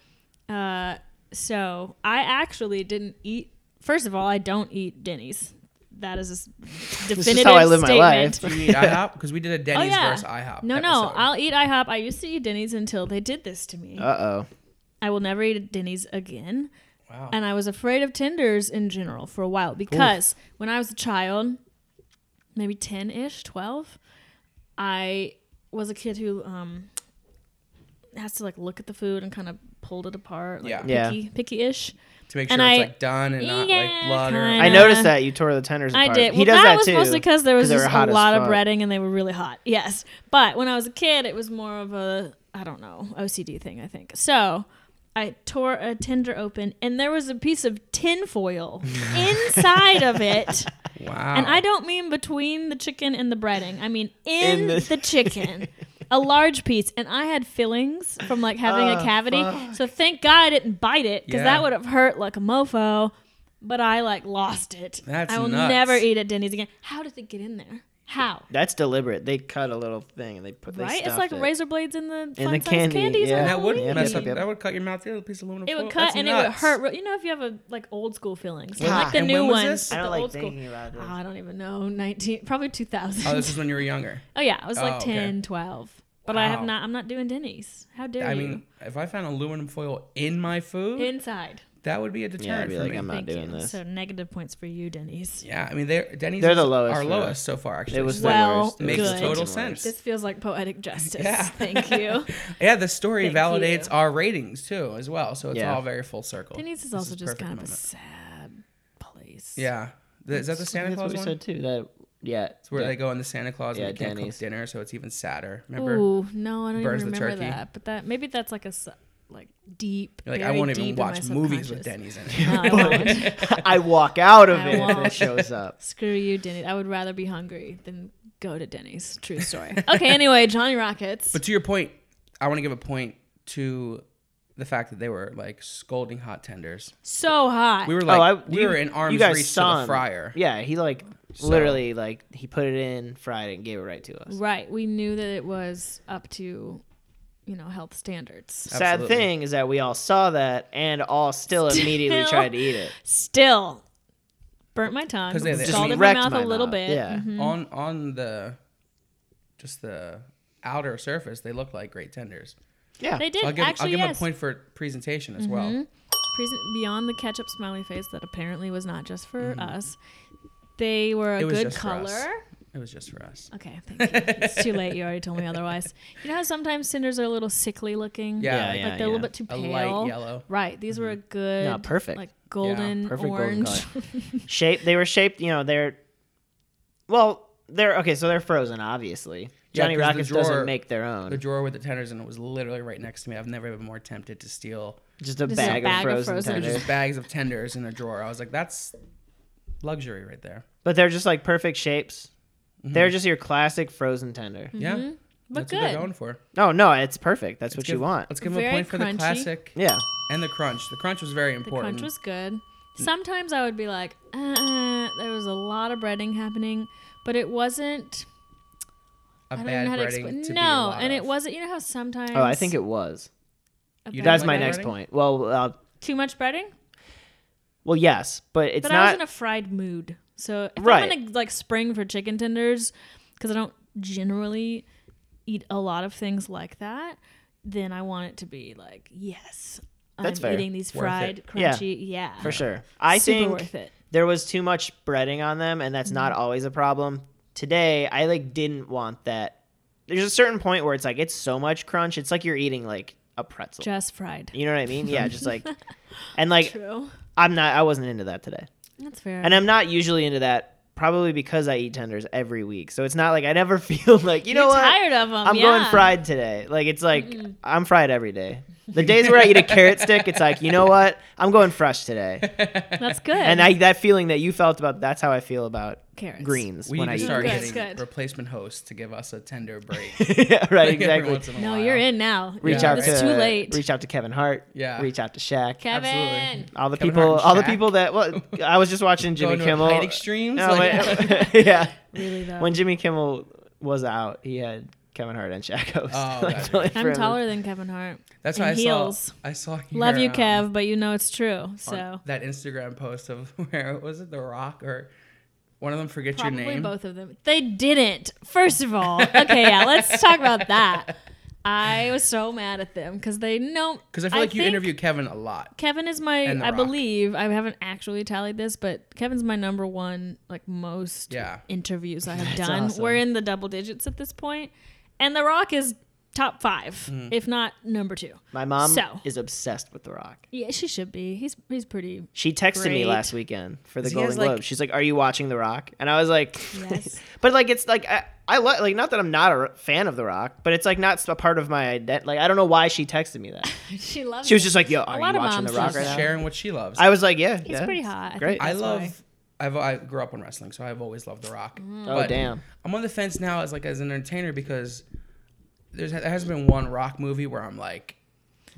C: uh, so I actually didn't eat. First of all, I don't eat Denny's. That is a s- definitive
A: this is how I live my
C: statement.
A: life.
B: Do you eat IHOP? Because we did a
C: Oh
B: Denny's
C: yeah.
B: versus IHOP.
C: no, no.
B: episode.
C: I'll eat IHOP. I used to eat Denny's until they did this to me.
A: Uh oh.
C: I will never eat at Denny's again.
B: Wow.
C: And I was afraid of tenders in general for a while because when I was a child, maybe 10 ish, 12, I was a kid who um, has to like look at the food and kind of pulled it apart. Like
B: Yeah.
A: Yeah.
C: Picky, picky ish.
B: to make sure
C: and
B: it's
C: I-
B: like done and not like
C: Yeah,
B: blood or
C: kinda.
A: I
C: know.
A: noticed that you tore the tenders
C: uh, I
A: apart.
C: did.
A: He
C: well,
A: does
C: that,
A: that,
C: was
A: too.
C: mostly because there was
A: they were
C: just
A: hot
C: a
A: as
C: lot of
A: fuck.
C: breading and they were really hot. Yes, but when I was a kid, it was more of a I don't know OCD thing. I think so. I tore a tinder open and there was a piece of
A: [laughs]
C: tin foil inside of it.
B: Wow.
C: And I don't mean between the chicken and the breading. I mean in,
A: In the-
C: the-, chicken. A large piece, and I had fillings from like having a
A: Oh,
C: cavity. So thank God I didn't bite it because
B: Yeah.
C: that would have hurt like a mofo. But I like lost it.
B: That's
C: I will
B: nuts.
C: never eat at Denny's again. How did it get in there? How?
A: That's deliberate. They cut a little thing and they put. They
C: right? It's
A: stuffed
C: like
A: it.
C: razor blades in the
A: the
C: fun size
A: candy,
C: candies.
A: yeah.
C: on
B: And that would
A: Yep,
B: mess
A: yep,
B: up.
A: yep.
B: That would cut your mouth. The other piece of aluminum
C: It
B: foil.
C: would cut
B: That's
C: and it would
B: nuts.
C: hurt. real- You know, if you have a like old school feelings, not
A: Yeah.
C: like the
B: And when
C: new
B: was
C: ones.
B: this?
C: but
A: I don't
C: the
A: like
C: old school.
A: thinking about this.
C: Oh, I don't even know. 19, probably 2000. [laughs]
B: Oh, this is when you were younger.
C: oh yeah, I was
B: Oh,
C: like
B: okay.
C: ten, twelve. 10, 12. But I have
B: Wow.
C: not. I'm not doing Denny's. How dare
B: I
C: you?
B: mean, if I found aluminum foil in my food,
C: Inside.
B: that would be a
A: Yeah, I'd
B: deterrent
A: be
B: for
A: like,
B: me.
A: I'm not
C: Thank
A: doing
C: you.
A: this.
C: So negative points for you, Denny's.
B: yeah, I mean, they're Denny's.
A: They're
B: is
A: the lowest
B: Our
A: for us.
B: lowest so far, actually.
A: It was
C: Well,
A: the worst. It
B: makes
A: was
C: good.
A: the
B: total
A: worst.
B: sense.
C: This feels like poetic justice.
B: [laughs] Yeah. [laughs]
C: Thank you. [laughs]
B: yeah, the story
C: Thank
B: validates
C: you.
B: our ratings too, as well. So it's
A: Yeah.
B: all very full circle.
C: Denny's is
B: This
C: also just
B: perfect
C: kind of
B: moment.
C: a sad place.
B: yeah. The- Is that the Santa
A: That's what
B: Claus
A: we
B: one?
A: said too. That yeah.
B: It's where
A: yeah.
B: they go in the Santa Claus
A: Yeah,
B: and they can't
A: Denny's.
B: cook dinner, so it's even sadder. Remember?
C: Ooh, no, I don't even
B: Burns the
C: remember
B: turkey.
C: that. But that maybe that's like a s- like deep.
B: You're like, I
C: buried
B: won't
C: deep
B: even
C: in
B: watch
C: my
B: movies with
C: [laughs] subconscious. Oh,
B: Denny's in it. [laughs]
C: No, I won't.
A: [laughs] I walk out of
C: I
A: it if
C: won't.
A: it shows up.
C: Screw you, Denny's. I would rather be hungry than go to Denny's. True story. [laughs] Okay, anyway, Johnny Rockets.
B: But to your point, I want to give a point to the fact that they were like scolding hot tenders.
C: so hot.
B: We were [laughs] like,
A: oh, I,
B: we
A: you-
B: were in arm's
A: you guys
B: reach to
A: saw
B: the
A: him.
B: fryer.
A: Yeah, he like literally like he put it in, fried it, and gave it right to us.
C: right. We knew that it was up to, you know, health standards.
A: Sad
B: Absolutely.
A: thing is that we all saw that and all still, immediately
C: Still.
A: tried to
C: [laughs]
A: eat it.
C: Still, burnt my tongue.
B: 'Cause they had that
C: Scalded
A: sweet-
C: my
A: Wrecked
C: mouth
A: my
C: a little
A: mouth.
C: bit.
A: Yeah.
C: Mhm.
B: On on the just the outer surface, they looked like great tenders.
A: Yeah,
C: They did
B: I'll give,
C: actually. Mm-hmm.
B: I'll give
C: yes.
B: them a point for presentation as well.
C: Present beyond the ketchup smiley face that apparently was not just for us. They were a
B: Mm-hmm. It was
C: good
B: just for us.
C: color.
B: It was just for us.
C: Okay, thank you. it's too late. You already told me otherwise. You know how sometimes cinders are a little sickly looking?
B: Yeah,
A: Yeah,
C: like they're a
A: yeah.
C: little bit too
B: A
C: pale.
B: light yellow. Mm-hmm.
C: Right. These were a good,
A: No, perfect.
C: like golden
A: perfect golden
C: orange. [laughs]
A: color. shape. They were shaped. You know, they're well, they're okay. So they're frozen, obviously.
B: Yeah,
A: Johnny
B: 'cause the
A: Rockets
B: drawer-
A: doesn't make their own.
B: The drawer with the tenders in it was literally right next to me. I've never been more tempted to steal
A: just a
C: This is a
A: bag,
C: bag of
A: of frozen
C: frozen
B: They're
A: tenders.
B: just bags of tenders in a drawer. I was like, that's luxury right there.
A: But they're just like perfect shapes. They're just your classic frozen tender.
B: Yeah.
C: But
B: that's what
C: good.
B: they're going for.
A: No, no, it's perfect. That's what
B: Give-
A: you want.
B: Let's give them a
C: Very
B: point for
C: crunchy.
B: the classic
A: Yeah.
B: and the crunch. The crunch was very
C: The
B: important.
C: crunch was
A: Mm.
C: good. Sometimes I would be like, uh, uh, there was a lot of breading happening, but it wasn't.
B: a
C: I don't
B: bad
C: know how to
B: breading
C: explain.
B: to be a
C: no,
B: lot
C: and
B: of.
C: it wasn't. You know how sometimes.
A: Oh, I think it was.
C: a
B: You
C: bad
A: That's
B: like
A: my
C: breading-
B: that
A: next
B: breading?
A: point. Well, uh,
C: Too much breading?
A: well, yes, but it's
C: But I was
A: not.
C: in a fried mood, so if
A: Right.
C: I'm gonna like spring for chicken tenders, because I don't generally eat a lot of things like that, then I want it to be like yes,
A: That's
C: I'm
A: fair.
C: eating these
B: Worth
C: fried,
B: it.
A: Yeah.
C: crunchy, yeah,
A: for sure. I
C: Super
A: think
C: worth it.
A: there was too much breading on them, and that's
C: Mm-hmm.
A: not always a problem. Today, I like didn't want that. There's a certain point where it's like it's so much crunch. It's like you're eating like a pretzel.
C: Just fried.
A: You know what I mean? Yeah, just
C: [laughs]
A: like, and like
C: True.
A: I'm not. I wasn't into that today.
C: That's fair.
A: And I'm not usually into that, probably because I eat tenders every week. So it's not like I never [laughs] feel like, you know
C: You're
A: what?
C: tired of 'em,
A: I'm going
C: yeah.
A: fried today. Like it's like I'm fried every day. The days where I eat a carrot stick, it's like, you know what? I'm going fresh today.
C: [laughs] That's good.
A: And I that feeling that you felt about that's how I feel about
C: Carrots.
A: greens
B: We
A: when I
B: need to
A: eat
B: start
C: Good,
B: getting
C: good.
B: replacement hosts to give us
A: [laughs]
B: a tender break.
A: greens. Yeah, right,
B: [laughs] Every
A: exactly.
B: once in a
C: no,
B: while.
C: you're in now.
A: Reach
B: Yeah,
A: out
C: It's
A: to
C: too late.
A: reach out to Kevin Hart.
B: Yeah.
A: Reach out to Shaq.
C: Kevin.
B: Absolutely.
A: All the
B: Kevin Hart
A: people,
B: and
A: all the
B: Shaq.
A: people that. Well, I was just watching Jimmy
B: Going to
A: Kimmel.
B: height extremes.
A: Oh,
B: like-
A: wait. [laughs] yeah.
C: Really though.
A: when Jimmy Kimmel was out, he had Kevin Hart and Shaq host. [laughs]
B: Oh, gotcha.
A: really for
C: I'm
A: him.
C: taller than Kevin Hart.
B: [laughs] That's
C: And
B: why I
C: heels.
B: saw. I saw. Your,
C: Love you,
B: um,
C: Kev, but you know it's true.
B: on
C: So
B: that Instagram post of [laughs] where was it The Rock or one of them forget your
C: Probably
B: name.
C: both of them. They didn't. First of all, okay, yeah, let's talk
B: [laughs]
C: about that. I was so mad at them because they know.
B: Because I feel like you
C: think
B: interview Kevin a lot.
C: Kevin is my,
B: and The
C: I
B: Rock.
C: believe, I haven't actually tallied this, but Kevin's my number one, like most
B: Yeah.
C: interviews I have done.
A: awesome.
C: We're in the double digits at this point, and The Rock is top five, if not number two.
A: Mm. My mom
C: So.
A: is obsessed with The Rock.
C: Yeah, she should be. He's he's pretty.
A: She texted me
C: Great.
A: last weekend for the
B: He has,
A: Golden
B: like-
A: Globe. She's like, "Are you watching The Rock?" And I was like,
C: Yes.
A: [laughs] "But like, it's like I, I li- like not that I'm not a r- fan of The Rock, but it's like not a part of my identity. Like I don't know why she texted me that.
C: She loves.
A: She was just like, "Yo, are
C: lot
A: you
C: of
A: watching
C: moms
A: The Rock
C: love
A: right
C: The
A: now?"
B: Sharing what she loves.
A: I was like, "Yeah,
C: He's
A: yeah,
C: pretty hot. I think
A: Great.
B: I
C: That's why.
B: love. I've I grew up on wrestling, so I've always loved The Rock.
C: Mm.
A: Oh, damn.
B: I'm on the fence now as like as an entertainer because there's there hasn't been one Rock movie where I'm like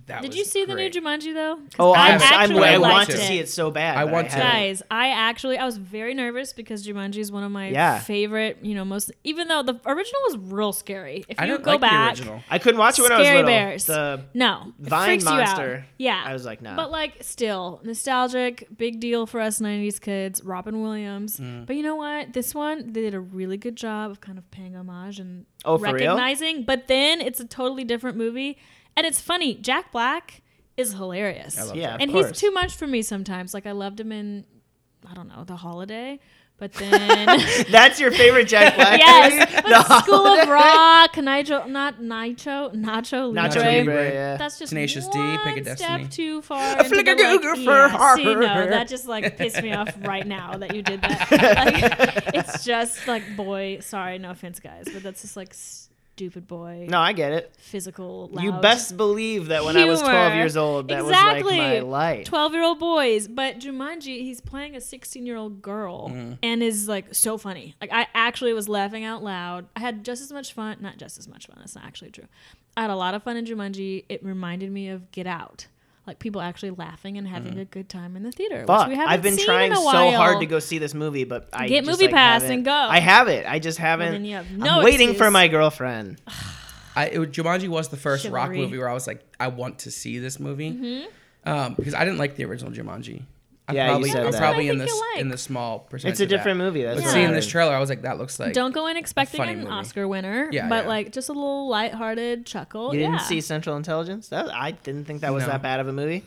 B: That
C: Did
B: was
C: you see
B: great.
C: the new Jumanji though? 'Cause
A: Oh,
B: I
A: I'm, I'm,
B: actually
A: I want
B: liked
A: to
B: it.
A: see it so bad.
B: I
A: but
B: want to.
A: haven't.
C: Guys, I actually I was very nervous because Jumanji is one of my
A: Yeah.
C: favorite, you know, most even though the original was real scary. If
B: I
C: you
B: don't
C: go
B: like
C: back,
B: the original.
A: I couldn't watch it when I was
C: Scary
A: little.
C: Bears.
A: The
C: no, it
A: Vine
C: freaks You out.
A: Monster,
C: Yeah,
A: I was like, no.
C: But like, still nostalgic, big deal for us '90s kids. Robin Williams.
A: Mm.
C: But you know what? This one they did a really good job of kind of paying homage and
A: Oh, for real?
C: recognizing. But then it's a totally different movie, and it's funny. Jack Black is hilarious.
B: I love
A: Oh, Yeah,
B: that.
A: of
C: and
A: course.
C: he's too much for me sometimes. Like I loved him in, I don't know, The Holiday,
A: [laughs]
C: but then
A: That's your favorite
C: [laughs]
A: Jack Black.
C: yes,
A: movie? The
C: School
A: [laughs]
C: of
A: Holiday?
C: Rock, Nacho, not Nacho, Nacho,
A: Nacho
C: Libre.
A: Libre.
B: Libre.
A: Yeah.
C: That's just
B: Tenacious D,
C: one
B: Pick a Destiny.
C: step too far.
A: A
C: into
A: flick
C: the,
A: of Google for
C: like, yeah, see, no,
A: her.
C: that just like pissed me off right now that you did
A: [laughs]
C: that. Like, it's just like boy. Sorry, no offense, guys, but that's just like stupid boy.
A: No, I get it.
C: Physical.
A: You
C: loud.
A: best believe that when I was 12
C: humor.
A: years old, that was like my life.
C: 12 year old boys. But Jumanji, he's playing a 16 year old girl
A: Mm-hmm.
C: and is like so funny. Like, I actually was laughing out loud. I had just as much fun. Not just as much fun. That's not actually true. I had a lot of fun in Jumanji. It reminded me of Get Out. Like, people actually laughing and having a good time in the theater.
A: Mm-hmm. Fuck,
C: Which we haven't
A: I've been
C: seen
A: trying
C: in a
A: so
C: while.
A: hard to go see this movie, but I
C: Get
A: just,
C: Movie
A: like,
C: Pass
A: haven't.
C: and go.
A: I have it. I just haven't.
C: then you have
A: I'm
C: no
A: waiting for
C: excuse.
A: my
C: [laughs]
A: girlfriend.
B: I, it, was- Jumanji was the first rock
C: Chivalry.
B: movie where I was like, I want to see this movie
C: Mm-hmm.
B: um, because I didn't like the original Jumanji. I
A: Yeah, you
B: probably,
A: said
B: I'm
A: that.
B: probably
C: That's
B: in
C: what I
B: this
C: think you
B: in
C: like.
B: the small percentage.
A: It's a
B: of that.
A: different movie. That's
B: But
A: what
B: seeing
A: happened.
B: this trailer, I was like, that looks like
C: Don't go in expecting
B: funny
C: an
B: movie.
C: Oscar winner,
B: Yeah,
C: but
B: yeah.
C: like just a little lighthearted chuckle.
A: You didn't
C: yeah.
A: see Central Intelligence? That, I didn't think that was
B: No.
A: that bad of a movie.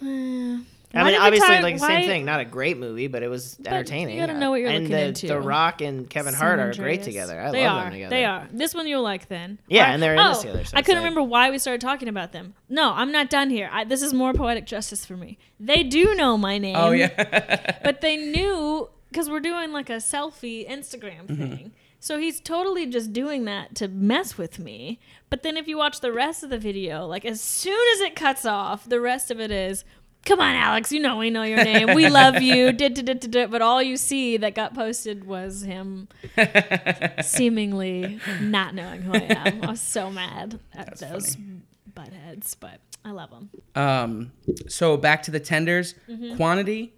C: Why
A: I mean,
C: did we
A: obviously,
C: talk-
A: like the
C: why-
A: same thing. Not a great movie, but it was
C: you
A: entertaining.
C: gotta know what you're
A: and
C: looking
A: the,
C: into.
A: The Rock and Kevin
C: San
A: Hart are great
C: Andreas.
A: together. I
C: they
A: love
C: are.
A: them together.
C: They are. This one you'll like then.
A: Yeah,
C: Or-
A: and they're in
C: oh,
A: this the other side,
C: I couldn't
A: so-
C: remember why we started talking about them. No, I'm not done here. I, this is more poetic justice for me. They do know my name.
B: Oh yeah.
C: But they knew because we're doing like a selfie Instagram
B: Mm-hmm.
C: thing. So he's totally just doing that to mess with me. But then if you watch the rest of the video, like as soon as it cuts off, the rest of it is. Come on, Alex. You know we know your name. We
B: [laughs]
C: love you. Did did did did. did." But all you see that got posted was him
B: [laughs]
C: seemingly not knowing who I am. I was so mad at those buttheads, but I love them.
B: Um, so back to the tenders.
C: Mm-hmm.
B: Quantity.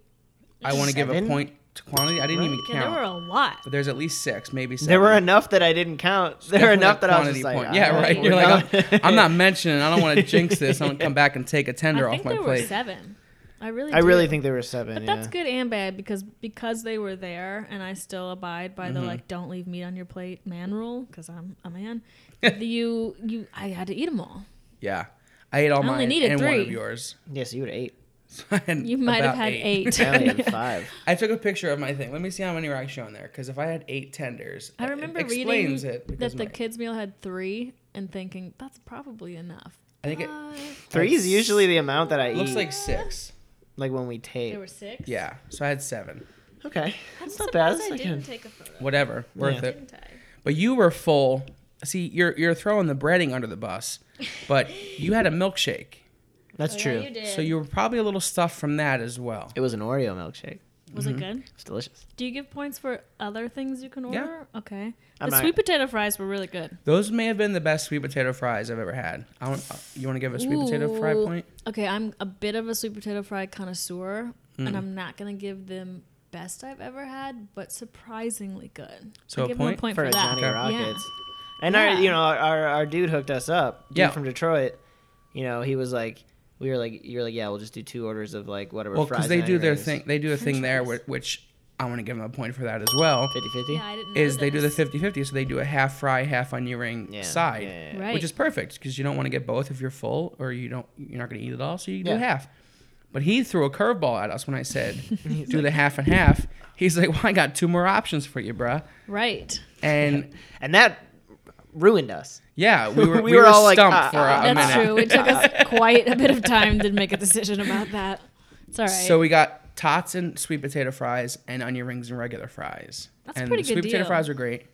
B: I want to give a
A: Seven?
B: point to quantity. I didn't even
C: Yeah, there
B: count,
C: were a lot.
B: but there's at least six, maybe seven.
A: There were enough that I didn't count. There were
B: Definitely a
A: enough that I was just
B: quantity
A: like,
B: point.
A: "All
B: yeah, right.
A: we're
B: You're like,
A: done."
B: I'm,
A: [laughs]
B: I'm not mentioning. I don't want to jinx this. I'm gonna come back and take a tender
C: I
B: off
C: think
B: my
C: there were
B: plate.
C: seven. I really,
A: I really
B: [laughs]
C: do.
A: think there were seven.
C: But
A: yeah.
C: that's good and bad because because they were there, and I still abide by the like don't leave meat on your plate man rule because I'm a man. the, you you I had to eat them all.
B: Yeah, I ate all
C: only
B: mine
C: needed
B: and one of
C: three.
B: yours. [laughs]
A: Yes, you would eight.
B: So I had
C: You might have
B: about
C: had eight.
A: I only
C: [laughs]
A: had five.
B: I took a picture of my thing. Let me see how many were actually on there. Because if I had eight tenders,
C: I
B: it
C: remember reading
B: explains it because
C: that the
B: my-
C: kids meal had three and thinking that's probably enough.
B: I think it
C: Uh,
A: Three is usually the amount that I
B: looks
A: eat.
B: like six.
A: like when we tape.
C: there were six.
B: Yeah, so I had seven.
A: Okay,
C: I'm
A: that's not bad.
C: surprised
A: That's
C: I
A: like
C: didn't
A: a-
C: take a
B: uh,
C: photo.
B: Whatever, worth
A: Yeah.
B: it.
C: Didn't I?
B: But you were full. See, you're you're throwing the breading under the bus, but you had a milkshake,
A: that's
C: Oh, Yeah,
A: true.
C: you did.
B: so you were probably a little stuffed from that as well.
A: It was an Oreo milkshake.
C: was it good?
A: It's delicious.
C: Do you give points for other things you can
B: Yeah.
C: order? Okay. The
A: I'm not-
C: sweet potato fries were really good.
B: Those may have been the best sweet potato fries I've ever had. I want, uh, you want to give a sweet potato fry
C: Ooh.
B: point?
C: Okay, I'm a bit of a sweet potato fry connoisseur,
B: Hmm.
C: and I'm not gonna give them best I've ever had, but surprisingly good.
B: So
C: I'll
B: a
C: give them
B: point
C: a point
A: for,
C: for,
A: a
C: that.
A: Johnny
B: Okay.
A: Rockets. And
C: Yeah.
A: our, you know, our our dude hooked us up. Dude
B: Yeah.
A: from Detroit. You know, he was like, we were like, you're like, yeah, we'll just do two orders of like whatever.
B: Well,
A: because
B: because they do their thing. They do a thing there, whi- which I want to give them a point for that as well.
A: 50-50?
C: Yeah, I didn't. Know
B: Is they do the
C: this.
B: 50-50, so they do a half fry, half onion ring
A: Yeah,
B: side,
A: yeah, yeah, yeah.
C: Right.
B: which is perfect because you don't want to get both if you're full or you don't you're not going to eat it all, so you can do
A: Yeah.
B: half. But he threw a curveball at us when
A: [laughs]
B: I said do the half and half. He's like, "Well, I got two more options for you, bruh,"
C: right.
B: and
A: And that ruined us. [laughs]
B: yeah, we were
A: We
B: we,
A: were
B: were,
A: all like,
B: stumped
A: uh,
B: for
A: uh,
B: a
C: That's
B: minute.
C: true.
B: [laughs]
C: It took us quite a bit of time to make a decision about that. It's all right.
B: So we got tots and sweet potato fries and onion rings and regular fries.
C: That's a
B: and
C: pretty
B: the Sweet
C: good
B: potato
C: deal. Mm-hmm.
B: fries are great.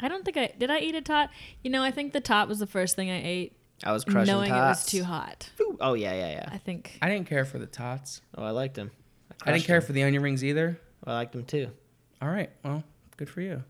C: I don't think I did. I eat a tot. You know, I think the tot was the first thing I ate,
A: I was crushing
C: knowing
A: tots.
C: it was too hot.
A: Oh yeah, yeah, yeah.
C: I think.
B: I didn't care for the tots.
A: Oh, I liked him.
B: I didn't care for the onion rings either.
A: I liked him too.
B: All right, well, good for you.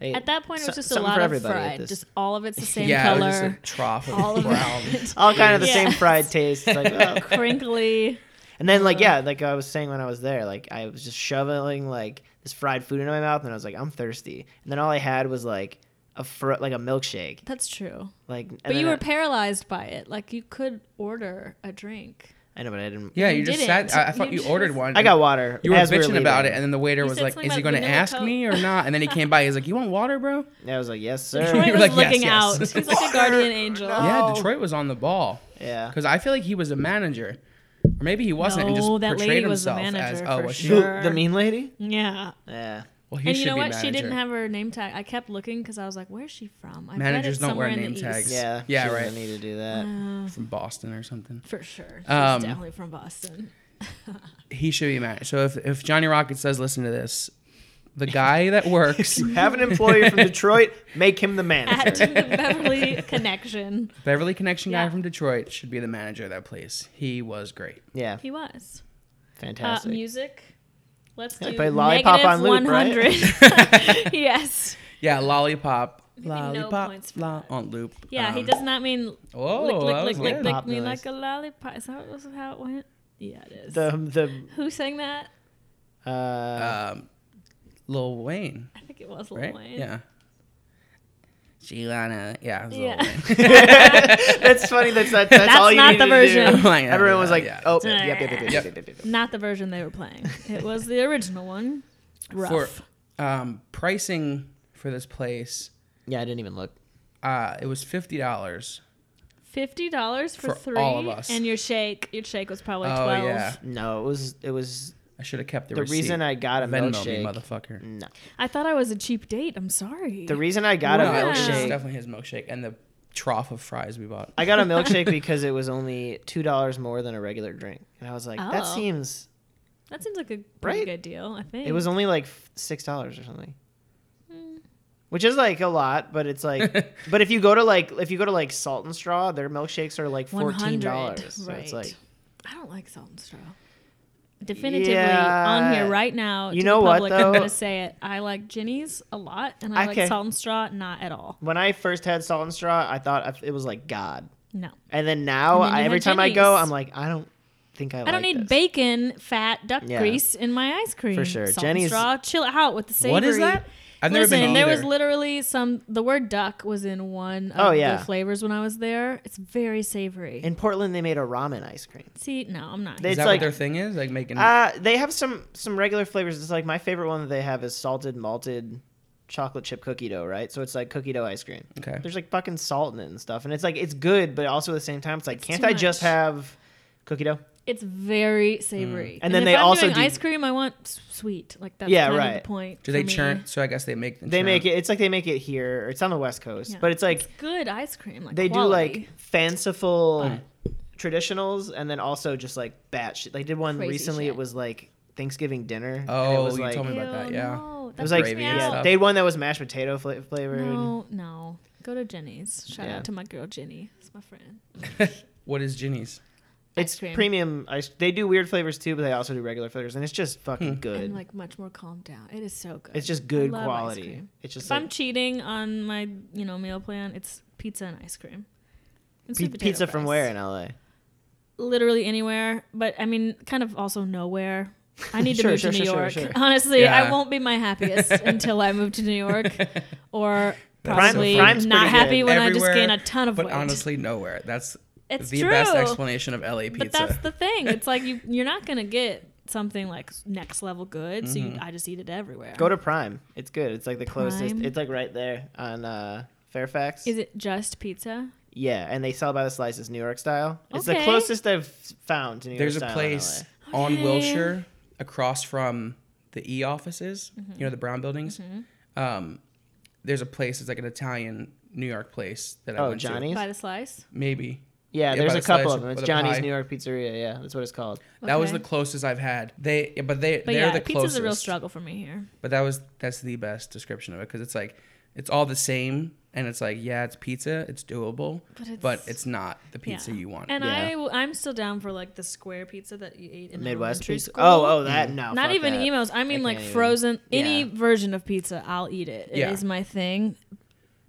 A: Hey,
C: At that point, it was
A: so-
C: just a
A: something
C: lot
A: for
C: of
A: everybody at
C: fried.
A: this-
C: Just all of it's
A: [laughs]
C: the same
B: yeah, it was just
C: color.
B: a trough of
C: all of
B: brown.
C: it. [laughs]
A: all kind of the same
C: Yes. [laughs]
A: fried taste. It's like, oh,
C: Crinkly.
A: And then like yeah, like I was saying when I was there, like I was just shoveling like this fried food into my mouth, and I was like, I'm thirsty. And then all I had was like a fr- like a milkshake.
C: That's true.
A: Like, and
C: But
A: then
C: you
A: I,
C: were paralyzed by it. Like you could order a
B: [laughs]
C: drink.
A: I know, but I didn't.
B: Yeah,
C: You
B: you, just
C: didn't.
B: sat. I, I thought
C: You
B: you, ordered
C: just-
B: one.
A: I got water.
B: You were
A: as we
B: bitching about it,
A: leaving.
B: and then the waiter
C: You
B: was
C: said
B: like,
C: something
B: "Is he
C: about
B: going to
C: vanilla
B: ask
C: Coke."
B: me or not?" And then he came by. He's like, "You want water,
C: [laughs]
B: bro?"
A: And I was like, yes,
C: Troy
A: sir.
B: were
C: was
B: like, yes,
C: looking
B: yes.
C: out.
B: [laughs]
C: He's like a guardian angel.
B: Yeah, Detroit was on the ball [laughs]
A: yeah.
B: because I feel like he was a manager, or maybe he wasn't, and just
C: No, that
B: portrayed
C: lady was the
B: himself as
C: manager
B: oh,
C: for
B: well, she,
A: Who,
C: Sure.
A: the mean lady.
C: Yeah.
A: Yeah.
B: well, he
C: and
B: should
C: you know
B: be
C: what?
B: manager.
C: She didn't have her name tag. I kept looking because I was like, "Where's she from?" I read it
B: Managers don't wear
C: somewhere in the
B: name
C: East.
B: tags.
A: Yeah.
B: Yeah,
A: she doesn't
B: right.
A: Need to do that.
C: Uh,
B: from Boston or something.
C: for sure. She's
B: Um,
C: definitely from
B: [laughs]
C: Boston.
B: He should be manager. So if if Johnny Rockets does listen to this, the guy
A: [laughs]
B: that works
A: Have an employee
C: [laughs]
A: from Detroit. Make him the
C: At
A: manager.
C: the Beverly Connection,
B: Beverly Connection
C: Yeah.
B: guy from Detroit should be the manager of that place. He was great.
A: yeah.
C: he was. Uh,
A: Fantastic.
C: music. Let's
A: Yeah,
C: do
A: play Lollipop
C: negative
A: on loop, right?
B: [laughs]
C: 100. [laughs] yes.
B: Yeah, lollipop,
C: no
B: lollipop,
C: points for
B: lo- on loop.
C: Yeah, he
B: Um,
C: does not mean
B: Oh,
C: lick,
B: that
C: lick, lick,
B: was
C: lick,
B: good.
C: lick
A: Pop
C: me
A: noise.
C: like a lollipop. Is that was how it went? Yeah, it is.
A: the the
C: Who sang that?
B: [laughs]
A: uh,
B: um, Lil Wayne,
C: I think it was Lil
B: right?
C: Wayne.
B: Yeah. She wanna, yeah, it was Lil
C: Yeah.
A: [laughs]
B: Wayne. [laughs]
C: [laughs]
A: that's funny. That's that's, that's,
C: That's
A: all you
C: not
A: needed
C: the
A: to do.
C: version.
B: Like,
A: [laughs] Everyone was
B: uh,
A: like,
B: yeah.
A: oh, yep, yep, yep, yep, yep,
B: Yep.
A: yep, yep, yep.
C: Not the version they were playing. It was the original one. Rough.
B: For um, pricing for this place,
A: Yeah, I didn't even look.
B: uh, it was fifty dollars.
C: Fifty dollars
B: For
C: for, three,
B: all of us.
C: and your shake. Your shake was probably
B: Oh,
C: twelve.
B: yeah.
A: No, it was it was
B: I should have kept the,
A: the
B: receipt.
A: reason I got a
B: Venmo me,
A: milkshake. Mm.
B: motherfucker.
A: no,
C: I thought I was a cheap date. I'm sorry.
A: the reason I got
B: No,
A: a
B: it was
A: milkshake,
B: definitely his milkshake and the trough of fries we bought.
A: I got a milkshake because it was only two dollars more than a regular drink, and I was like, that
C: Oh.
A: seems.
C: that seems like a pretty
A: Right?
C: good deal. I think
A: It was only like f- six dollars or something.
C: Hmm.
A: Which is like a lot, but it's
B: [laughs]
A: like, but if you go to like, if you go to like Salt and Straw, their milkshakes are like fourteen
C: 100,
A: dollars. So it's
C: right.
A: like,
C: I don't like salt and straw. Definitively
A: Yeah.
C: on here right now.
A: You
C: to
A: know
C: the
A: what,
C: public,
A: though?
C: I'm gonna say it. I like Ginny's a lot, and I
A: Okay.
C: like salt and straw not at all.
A: when I first had Salt and Straw, I thought it was like God.
C: No,
A: And then now,
C: And then you
A: I,
C: had
A: every time I go,
C: Jenny's.
A: I'm like, I don't think I.
C: I don't
A: like
C: need
A: this.
C: bacon, fat, duck
A: Yeah.
C: grease in my ice cream.
A: sure.
C: Salt
A: Jenny's-
C: and straw. Chill out with the savory.
B: What is that? I've never
C: Listen,
B: been to
C: there
B: either.
C: was literally some. The word duck was in one of
A: Oh, yeah.
C: the flavors when I was there. It's very savory.
A: In Portland, they made a ramen ice cream.
C: See, no, I'm not.
A: They-
B: is
A: it's
B: that
A: like-
B: what their thing is? Like
C: Mm.
B: making
A: Uh, they have some some regular flavors. It's like my favorite one that they have is salted malted chocolate chip cookie dough, right? So it's like cookie dough ice cream.
B: Okay.
A: There's like fucking salt in it and stuff, and it's like it's good, but also at the same time, it's like,
C: It's
A: can't
C: too
A: I just
C: much.
A: have cookie dough?
C: it's very savory.
A: Mm. And then
C: if
A: they
C: I'm
A: also
C: doing
A: do-
C: ice cream. I want s- sweet. Like that's
A: Yeah,
C: kind
A: right.
C: of the point.
B: Do
C: for
B: they
C: me.
B: churn? So I guess they make the
A: They
B: churn.
A: make it. It's like they make it here. Or it's on the West Coast,
C: Yeah.
A: but it's like
C: good ice cream. Like
A: they
C: quality.
A: do like fanciful traditionals, and then also just like batch. They did one
C: Crazy
A: recently.
C: shit.
A: It was like Thanksgiving dinner. and
B: Oh,
A: it was
B: you
A: like,
B: told me about that.
C: Ew,
B: Yeah.
C: no, that
A: It was like
C: freaks
B: Gravy
C: me
A: yeah,
B: and
C: out.
B: stuff.
A: they had one that was mashed potato fla- flavored.
C: No, no. Go to Jenny's. Shout
A: Yeah.
C: out to my girl Jenny. It's my friend.
B: What is Ginny's?
A: It's
C: Ice cream.
A: premium ice. They do weird flavors too, but they also do regular flavors, and it's just
B: Hmm.
A: fucking good.
C: And like much more calmed down. It is so good.
A: it's just good
C: love ice
A: quality.
C: cream.
A: It's just
C: If I'm
A: like
C: cheating on my you know meal plan, it's pizza and ice cream. And
A: pi-
C: sweet potato
A: pizza from
C: fries.
A: where in LA?
C: Literally anywhere, but I mean, kind of also nowhere. I need to
A: Sure,
C: move
A: sure,
C: to
A: sure,
C: New
A: sure,
C: York.
A: sure.
C: Honestly, I
B: Yeah.
C: won't be my
A: [laughs]
C: happiest until I move to New York, or
B: Prime-
C: probably
A: Prime's
C: not
A: pretty
C: happy
A: good.
C: when I
B: Everywhere,
C: just gain a ton of
B: But
C: weight.
B: honestly, nowhere. That's
C: It's
B: the best
C: true.
B: explanation of LA pizza.
C: But that's the thing. It's like you you're not gonna get something like next level good. So you, I just eat it everywhere.
A: Mm-hmm. Go to Prime. It's good. It's like the closest.
C: Prime?
A: It's like right there on uh, Fairfax.
C: Is it just pizza?
A: Yeah, and they sell by the slices, New York style. It's the
C: Okay.
A: closest I've found to New
B: There's
A: York
B: a
A: style in
B: place
A: LA.
B: on
C: Okay.
B: Wilshire across from the E offices,
C: Mm-hmm.
B: you know, the brown buildings. Um, there's a place, it's like an Italian New York place that I
A: Oh,
B: went to.
A: Johnny's?
C: By the slice.
B: Maybe.
A: Yeah,
B: Yeah,
A: there's
B: by
A: a
B: the
A: couple
B: slice
A: of them.
B: with
A: It's
B: a
A: Johnny's
B: pie.
A: New York Pizzeria. Yeah, that's what it's called.
B: That was the
C: Okay.
B: closest I've had. They, but they,
C: But
B: they're
C: yeah,
B: the
C: pizza's
B: closest.
C: a real struggle for me here.
B: But that was that's the best description of it because it's like it's all the same and it's like yeah it's pizza it's doable
C: But
B: but
C: it's-
B: it's, not the pizza
C: Yeah.
B: you want
C: And
A: Yeah.
C: I, w- I'm still down for like the square pizza that you ate in
A: Midwest
C: elementary
A: pizza.
C: school.
A: Oh, oh, that no.
C: Not
A: fuck
C: even
A: that. [laughs]
C: emos. I mean, like
A: can't even-
C: frozen. Any
A: Yeah.
C: version of pizza, I'll eat it. It is
B: Yeah.
C: my thing.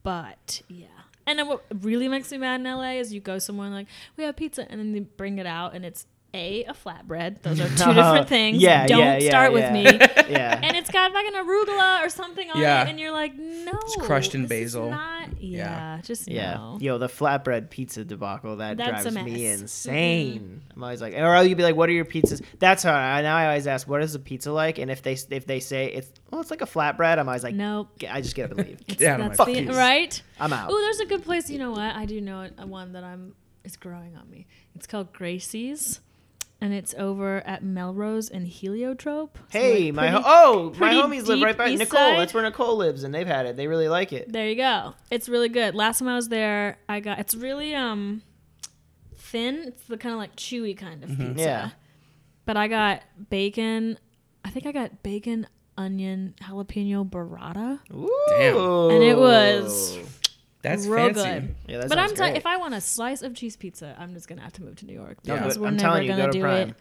C: But yeah. And then what really makes me mad in LA is you go somewhere and like we have pizza, and then they bring it out, and it's a a flatbread. Those are
A: [laughs]
C: two different things.
A: Yeah,
C: Don't
A: yeah, yeah,
C: start with
A: [laughs] yeah.
C: me. [laughs]
A: Yeah.
C: and it's got fucking arugula or something on
B: Yeah.
C: it, and you're like, no, it's
B: crushed in basil.
C: Not, yeah,
B: Yeah.
C: just
A: Yeah.
C: no.
A: Yo, the flatbread pizza debacle that
C: That's a
A: drives me
C: mess.
A: insane. I'm always like, or you'd be like, "What are your pizzas?" That's how I now I always ask, "What is the pizza like?" And if they if they say it's well, it's like a flatbread, I'm always like,
C: Nope.
A: "Get- I just get up and leave.
C: It's-
B: out of
C: that's
B: my
C: the-
B: face.
C: right.
A: I'm out.
C: Oh, there's a good place. You know what? I do know it- uh, one that I'm. It's growing on me. It's called Gracie's, and it's over at Melrose and Heliotrope. So,
A: hey,
C: like,
A: my ho-
C: pretty-
A: oh my
C: pretty
A: homies live
C: deep
A: right by
C: east
A: Nicole.
C: side.
A: That's where Nicole lives, and they've had it. They really like it.
C: There you go. It's really good. Last time I was there, I got it's really um thin. It's the kind of like chewy kind of pizza.
A: Mm-hmm. Yeah.
C: But I got bacon. I think I got bacon, onion, jalapeno burrata.
A: Ooh.
B: Damn.
C: And it was
B: that's
C: real
B: fancy
C: good.
A: Yeah, that
C: but I'm
A: sounds
C: telling
A: great.
C: if I want a slice of cheese pizza, I'm just gonna have to move to New York
B: Yeah.
C: because
A: But
C: we're
A: I'm
C: never
A: telling you,
C: gonna
A: go to
C: do
A: Prime.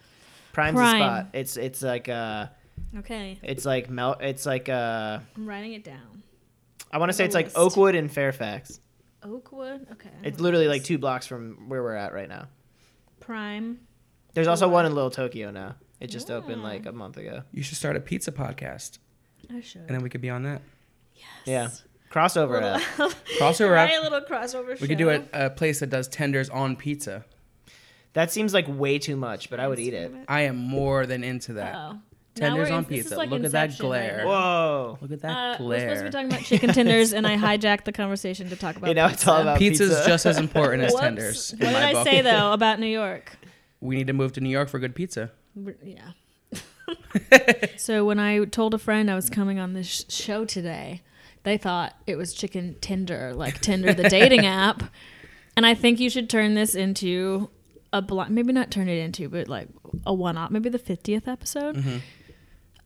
A: Prime's
C: Prime.
A: the spot. It's it's like uh
C: it. Okay,
A: it's like melt. It's like uh
C: I'm writing it down.
A: I want to say
C: The
A: it's like
C: list.
A: Oakwood and Fairfax.
C: Oh, Oakwood. Okay. I'm
A: It's
C: writing
A: literally
C: this.
A: like two blocks from where we're at right now.
C: Prime.
A: There's also one in Little Tokyo now. It just opened
C: Yeah.
A: like a month ago.
B: you should start a pizza podcast
C: I should.
B: and then we could be on that
A: Yeah. Crossover
C: [laughs] Little-
A: app.
B: [laughs] Crossover app.
C: Right, little crossover.
B: we could do a, a place that does tenders on pizza
A: That seems like way too much, but I would eat it.
B: i am more than into that
C: Oh.
B: tenders on pizza look at that glare
A: Whoa.
B: look at
C: Uh,
B: that
C: we're
B: glare
C: supposed to be talking about chicken tenders,
B: [laughs]
C: and I hijacked the conversation to talk about.
A: You know,
C: pizza.
A: it's all about
B: pizza's
A: pizza.
B: just as important as
C: [laughs] Whoops.
B: tenders in
C: What did
B: my
C: I
B: book. [laughs]
C: say though about New York?
B: we need to move to new york for good pizza
C: We're- Yeah. so when I told a friend I was coming on this sh- show today, they thought it was chicken Tinder, like Tinder, the dating app. And I think you should turn this into a bl- maybe not turn it into, but like a one-off, maybe the fiftieth episode.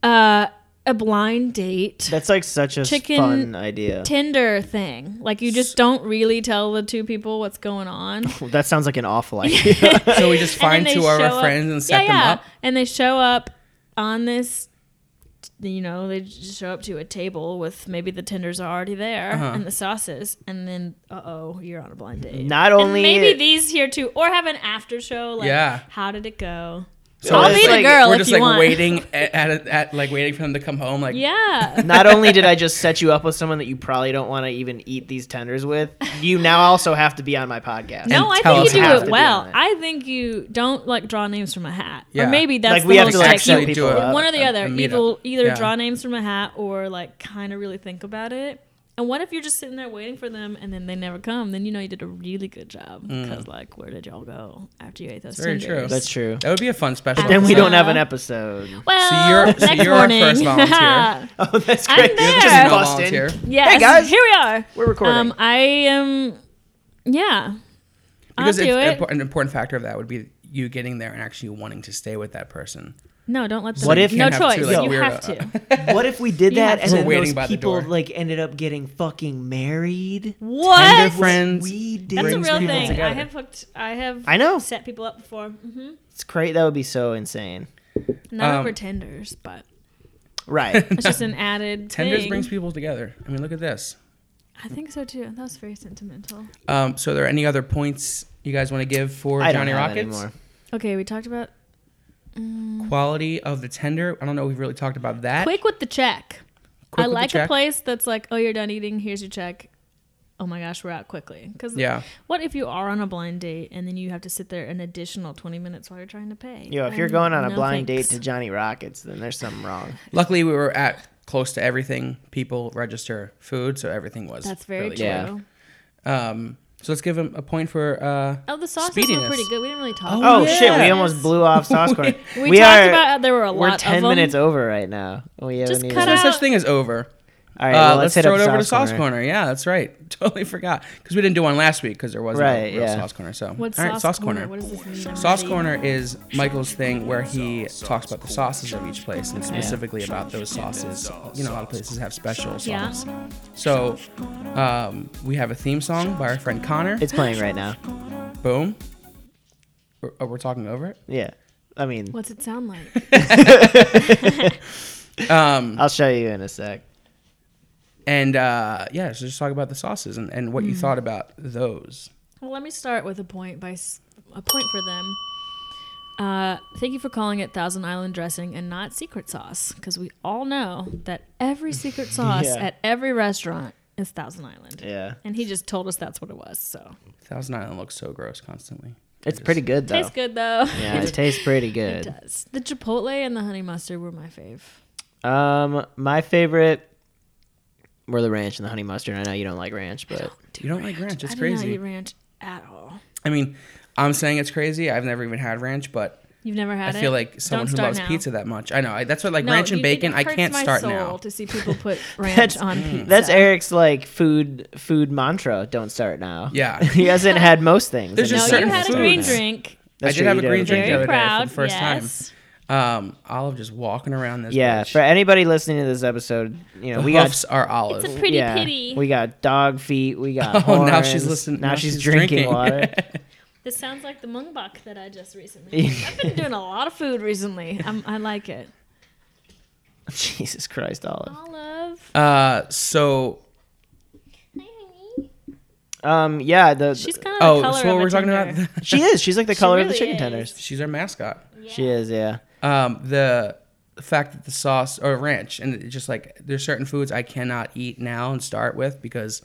C: Uh, a blind date.
A: That's like such a s-
C: Chicken
A: fun idea.
C: Tinder thing. Like you just don't really tell the two people what's going on.
A: Well, that sounds like an
C: [laughs]
A: awful idea.
B: so we just
C: And
B: find
C: then
B: two
C: they
B: of
C: show
B: our
C: up-
B: friends and set
C: yeah,
B: them
C: yeah.
B: up
C: And they show up on this, you know, they just show up to a table with maybe the tenders are already there
B: Uh-huh.
C: and the sauces, and then uh oh, you're on a blind date.
A: Not
C: And
A: only
C: maybe
A: it-
C: these here too, or have an after show. Like,
B: Yeah.
C: how did it go?
B: So
A: I'll
B: it's
A: be the
B: like,
C: girl
B: We're
C: if
B: just
C: you
B: like
C: want.
B: waiting at, at, at like waiting for them to come home. Like
C: Yeah.
A: Not only did I just set you up with someone that you probably don't want to even eat these tenders with, you now also have to be on my podcast.
C: No, I
B: tell
C: think
B: us
C: you
B: how.
C: do
B: Have to
C: it
A: be
C: well.
A: on it.
C: I think you don't like draw names from a hat. Or
B: Yeah.
C: maybe that's
A: Like,
C: the
A: we have
C: whole
A: to, like,
C: trick.
A: actually
C: You-
A: do a-
C: one or the
B: a-
C: other.
B: a meetup.
C: Either, either
B: Yeah.
C: draw names from a hat or like kind of really think about it. And what if you're just sitting there waiting for them and then they never come? Then you know you did a really good job because like where did y'all go after you ate those?
B: Mm. Very true.
C: tenders?
A: That's true.
B: that would be a fun special.
A: Then we
B: episode.
A: don't have an episode. [laughs]
C: Well,
B: So you're- so
C: next
B: you're our
C: morning.
B: first
C: [laughs]
B: volunteer.
A: Oh, that's
C: I'm
A: great.
C: there.
A: Just
C: You're
B: a
A: bust in.
B: volunteer.
C: yes,
A: Hey, guys.
C: here we are.
A: We're recording.
C: Um, I am. Yeah,
B: because
C: I'll
B: it's-
C: do
B: an
C: it.
B: impor- an important factor of that would be you getting there and actually wanting to stay with that person.
C: No, don't let them.
A: What if-
C: no
A: You
B: have
C: choice?
B: to, like, uh,
C: you
B: weird- [laughs]
C: have [laughs] to.
A: what if we did
C: You
A: that
C: have
A: and
C: to.
A: then
B: We're waiting
A: those
B: by the
A: people
B: door.
A: like ended up getting fucking married?
C: What?
B: Tender friends.
A: We did.
C: That's a
B: brings
C: real
B: people
C: thing. I
B: together.
C: have hooked. I have.
A: I know.
C: Set people up before. hmm
A: It's great. That would be so insane.
C: Not
B: Um,
C: over tenders, but
B: [laughs]
A: Right.
C: it's just an added
B: Tenders
C: thing.
B: brings people together. I mean, look at this.
C: I think so too. That was very sentimental.
B: Um, so, are there any other points you guys want to give for
A: I don't
B: Johnny
A: have
B: Rockets?
A: anymore.
C: Okay, we talked about
B: Quality of the tender. I don't know. if We've really talked about that.
C: quick with the check.
B: Quick
C: I
B: with the
C: like a
B: check.
C: place that's like, oh, you're done eating. Here's your check. Oh my gosh, we're out quickly. Because
B: Yeah.
C: what if you are on a blind date and then you have to sit there an additional 20 minutes while you're trying to pay?
A: Yo, if you're going on a blind date to Johnny Rockets, then there's something
C: [laughs]
A: wrong.
B: Luckily, we were at close to everything. People register food, so everything was.
C: that's very
B: really
C: true.
B: quick.
A: Yeah.
B: Um, so let's give him a point for. Uh,
C: Oh, the sauces were
B: Speediness.
C: pretty good. We didn't really talk.
A: Oh
C: about
A: shit, we
C: this.
A: almost blew
C: [laughs]
A: off sauce corn.
C: We, talked about there were a
A: we're
C: lot of
A: ten
C: them.
A: minutes over right now. We haven't
C: Just
A: even-
C: cut
B: there's no
C: out-
B: such thing as over.
A: All right,
B: uh,
A: well,
B: let's,
A: let's, hit
B: throw
A: up
B: it over
A: Sauce
B: to Sauce
A: Corner.
B: Corner. Yeah, that's right. [laughs] Totally forgot because we didn't do one last week because there wasn't
A: Right,
B: a real
A: yeah.
B: Sauce Corner. So
C: What's
B: all right,
C: sauce, corner? What does this mean? I'm
B: Sauce
C: ready.
B: Corner is Michael's thing where he talks about the sauces of each place and specifically about those sauces. You know, a lot of places have special
C: Yeah.
B: sauces. So um, we have a theme song by our friend Connor.
A: It's playing right now.
B: Boom. We're, oh, we're talking over it.
A: Yeah. I mean,
C: What's it sound like?
A: I'll show you in a sec.
B: And uh, yeah, so just talk about the sauces and, and what
C: Mm.
B: you thought about those.
C: Well, let me start with a point by s- a point for them. Uh, thank you for calling it Thousand Island dressing and not secret sauce, because we all know that
B: [laughs]
C: every secret sauce
A: Yeah.
C: at every restaurant is Thousand Island.
A: Yeah.
C: And he just told us that's what it was. So
B: Thousand Island looks so gross constantly.
A: It's pretty good, though.
C: tastes good though. [laughs]
A: Yeah, it tastes pretty
C: it
A: good.
C: does. The chipotle and the honey mustard were my fave.
A: Um, my favorite were the ranch and the honey mustard. I know you don't like ranch, but
B: You don't like ranch. It's
C: I did
B: crazy.
C: not eat ranch at all.
B: I mean, I'm saying it's crazy. I've never even had ranch, but
C: You've never
B: I
C: had it.
B: feel like someone
C: Don't
B: who
C: start
B: loves
C: now.
B: pizza that much. I know. I, that's what like
C: No,
B: ranch and
C: you-
B: bacon.
C: it
B: I
C: hurts
B: can't
C: my
B: start
C: soul
B: now. mm.
C: To see
B: [laughs]
C: people put ranch
A: That's-
C: on pizza.
A: that's Eric's like food food mantra. Don't start now.
B: Yeah.
C: [laughs]
A: he hasn't had most things.
B: There's
A: and
B: just
C: No,
A: he's
B: certain
C: you had a
B: foods.
C: green drink.
A: That's
B: I
A: true,
B: did have
A: you
B: a green
A: have
B: drink the other
C: Very
B: day for
C: proud.
B: the first
C: yes.
B: time. Um, Olive just walking around this.
A: Yeah,
B: bitch.
A: for anybody listening to this episode, you know
B: The
A: we
B: hoofs
A: got
B: are olive.
C: It's a pretty
A: yeah,
C: pity.
A: we got dog feet, we got
B: [laughs] Oh,
A: horns,
B: now she's listening-
A: Now, she's, drinking, water. [laughs]
C: this sounds like the mungbok that I just recently. I've been doing a lot of food recently. I'm, I like it.
A: Jesus Christ, Olive.
B: [laughs]
C: Olive.
B: uh, so
A: Um, yeah, the
C: She's kind of the
B: oh,
C: color
B: so
C: of
B: what
C: a
B: we're talking
C: tender.
B: [laughs] about?
A: she is. She's
C: [laughs]
A: like the color of the
C: really
A: chicken
C: is.
A: tenders.
B: She's our mascot.
A: She is.
B: [laughs]
A: Yeah.
B: Um, the fact that the sauce or ranch and it just like there's certain foods I cannot eat now and start with because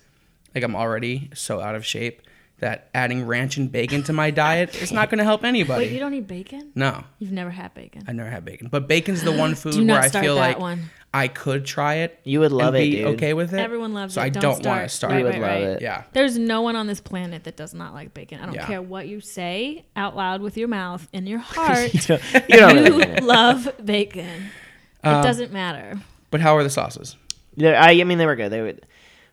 B: like I'm already so out of shape that adding ranch and bacon to my diet is not going to help anybody.
C: Wait, you don't eat bacon?
B: no,
C: You've never had bacon.
B: I never had bacon, but bacon's the one food
C: [gasps] Do
B: where
C: not
B: I
C: start
B: feel
C: that
B: like
C: one.
B: I could try it.
A: You would love
B: and
A: it,
B: be
A: dude.
B: okay with it.
C: Everyone loves
B: Uh, so
C: it.
B: I
C: don't,
B: don't wanna
C: start.
B: start.
A: You
C: Right,
A: would
C: right,
A: love
C: right.
A: it.
B: Yeah.
C: There's no one on this planet that does not like bacon. I don't
B: Yeah.
C: care what you say out loud with your mouth
B: [laughs]
C: in your heart.
A: [laughs] You don't really
C: you [laughs]
A: mean it.
C: love bacon.
B: Um,
C: it doesn't matter.
B: But how are the sauces?
A: They're- I, I mean, they were good. They would.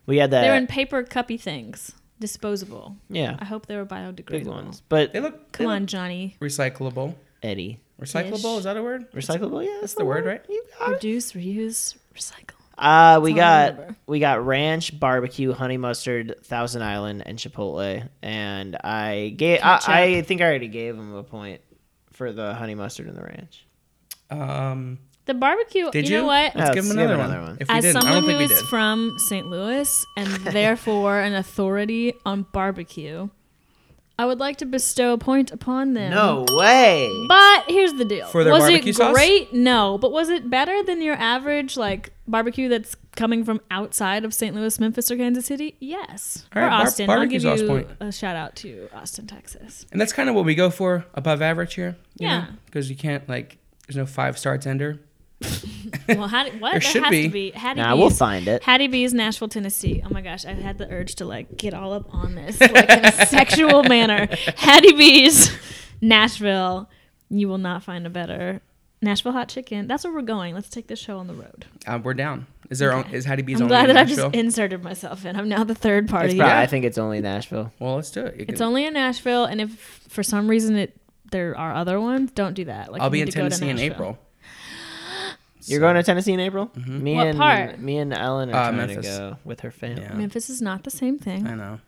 A: We had that.
B: uh,
C: They're in paper cuppy things, disposable. I
A: yeah,
C: hope they were biodegradable.
A: big ones. But
B: They look
C: Come on, Johnny.
B: recyclable.
A: Eddie,
B: Recyclable is that a word?
A: recyclable. Yeah,
B: That's the word, right?
A: You got it.
C: Reduce, reuse, recycle.
A: Uh, we
C: That's all I
A: got
C: remember.
A: we got ranch, barbecue, honey mustard, Thousand Island, and Chipotle. And I gave. I,
C: Ketchup.
A: I think I already gave him a point for the honey mustard and the ranch.
B: Um,
C: The barbecue.
B: did
C: you,
B: you?
C: know
A: Yeah,
C: what?
B: Let's give
A: let's give
B: him another,
A: him another
B: one.
A: one.
B: If we
C: As
B: didn't, I
C: someone
B: don't
C: who
B: think we
C: is
B: did.
C: from St. Louis [laughs] and therefore an authority on barbecue, I would like to bestow a point upon them.
A: No way.
C: But here's the deal.
B: For their
C: was
B: barbecue
C: it
B: sauce?
C: great? No. But was it better than your average like barbecue that's coming from outside of St. Louis, Memphis, or Kansas City? Yes.
B: All
C: or
B: right, bar-
C: Austin. I'll
B: barbecue
C: give
B: sauce
C: you
B: point.
C: a shout out to Austin, Texas.
B: And that's kind of what we go for above average here.
C: Yeah.
B: Because you can't, like, there's no five star tender. [laughs]
C: Well, Hattie, what?
B: There
C: that
B: should
C: has
B: be.
C: to be. Hattie
A: Nah,
C: B's,
A: we'll find it.
C: Hattie B's, Nashville, Tennessee. Oh my gosh, I've had the urge to like get all up on this like in a
B: [laughs]
C: sexual manner. Hattie B's, Nashville. You will not find a better Nashville hot chicken. That's where we're going. Let's take this show on the road.
B: Uh, we're down. Is there on, is Hattie B's
C: I'm
B: only
C: glad
B: in
C: that I
B: Nashville?
C: just inserted myself in. I'm now the third
A: It's
C: party.
A: probably,
B: Yeah.
A: I think it's only Nashville.
B: well, let's do it. You
C: It's
B: can-
C: only in Nashville, and if for some reason it there are other ones, don't do that. Like
B: I'll
C: you
B: be
C: need
B: in
C: to go to
B: Tennessee in
C: Nashville.
B: April.
A: You're going to Tennessee in April. Me
C: What
A: and
C: part?
A: me and Ellen are
B: Mm-hmm. Uh,
A: trying
B: Memphis.
A: to go with her family.
B: Yeah.
C: Memphis is not the same
B: I
C: thing,
B: know.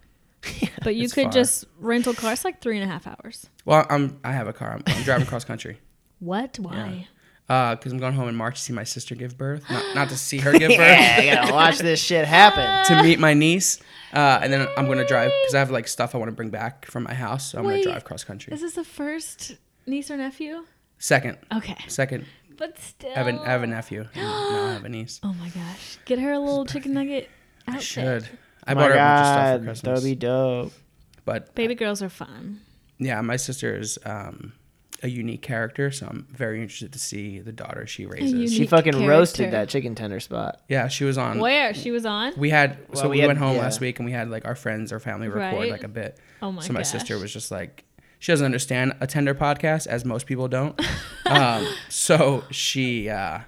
C: but you
B: it's
C: could
B: far.
C: just rental cars like three and a half hours.
B: Well, I'm, I have a car. I'm, I'm driving cross country. [laughs]
C: What? Why?
B: Because I'm going home in March to see my sister give birth. Not, not to see her
C: [laughs]
B: give
A: [laughs]
B: birth.
A: Yeah, I gotta watch this shit happen.
B: To meet my niece. Uh, and then I'm going to drive because I have, like, stuff I want to bring back from my house. So I'm going
C: Wait.
B: to drive cross country.
C: Is this the first niece or nephew?
B: Second.
C: Okay,
B: Second.
C: but still.
B: I have, an, I have a
A: [gasps]
B: nephew. And now I have a niece.
C: Oh my gosh! Get her a little chicken nugget. Outfit.
B: Should. I
A: Oh
B: bought
A: my
B: her
A: god,
B: a bunch of stuff for
A: that'd
B: Christmas.
A: be dope.
B: But
C: Baby girls are fun.
B: yeah, my sister is um, a unique character, so I'm very interested to see the daughter she raises.
C: unique-
A: She fucking
C: character.
A: roasted that chicken tender spot.
B: Yeah, she was on.
C: Where she was on?
B: We had so
A: Well,
B: we,
A: we had-
B: went home
A: yeah.
B: last week and we had like our friends or family record
C: Right.
B: like a bit.
C: Oh my
B: So my
C: gosh.
B: sister was just like she doesn't understand a
C: [laughs]
B: tender podcast as most people don't. um, so she uh,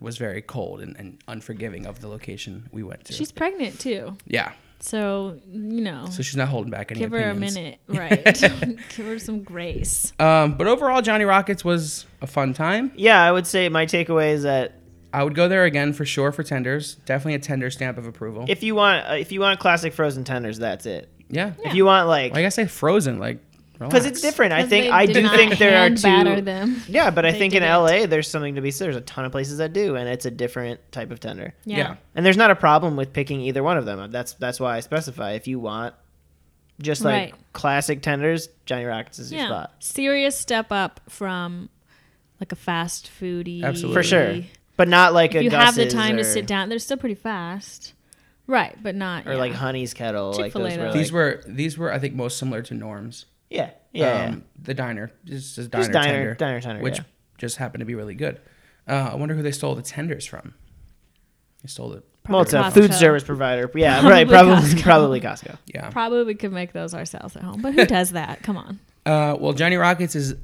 B: was very cold and, and unforgiving of the location we went to.
C: She's pregnant too.
B: yeah,
C: So, you know,
B: so she's not holding back any.
C: give her a
B: opinions. [laughs]
C: minute. Right. [laughs] give her some grace.
B: Um, but overall, Johnny Rockets was a fun time.
A: Yeah, I would say my takeaway is that
B: I would go there again for sure for tenders. Definitely a tender stamp of approval.
A: if you want uh, if you want classic frozen tenders, that's it.
B: yeah.
A: If you want like
B: Like I say, frozen. Like
A: because it's
B: relax.
A: different. I
C: 'Cause
A: think
C: they
A: I
C: did
A: do
C: not
A: think there are
C: hand batter
A: two.
C: them.
A: Yeah, but I
C: They
A: think in
C: didn't.
A: LA there's something to be said. There's a ton of places that do, and it's a different type of tender.
C: Yeah.
B: yeah.
A: And there's not a problem with picking either one of them. That's that's why I specify if you want just like
C: Right.
A: classic tenders, Johnny Rockets is your
C: Yeah.
A: spot.
C: Serious step up from like a fast foodie.
B: Absolutely.
A: For sure. But not like
C: If
A: a
C: you have the
A: Gus's
C: time
A: or,
C: to sit down, they're still pretty fast. Right, but not
A: or
C: yeah.
A: like Honey's Kettle. Like those
C: Chick-fil-A
A: were
C: though.
B: These
A: like,
B: were these were I think most similar to Norms.
A: yeah, yeah, yeah.
B: Um, the diner just, just diner,
A: diner-
B: tender,
A: diner tender,
B: which
A: yeah.
B: just happened to be really good. Uh, I wonder who they stole the tenders from. They stole it.
A: Well, it's a
C: Costco.
A: food service provider. Yeah,
C: [laughs]
A: right. Probably,
C: Costco.
A: probably Costco.
B: Yeah.
C: Probably we could make those ourselves at home, but who does that? Come on.
B: Uh, well, Johnny Rockets is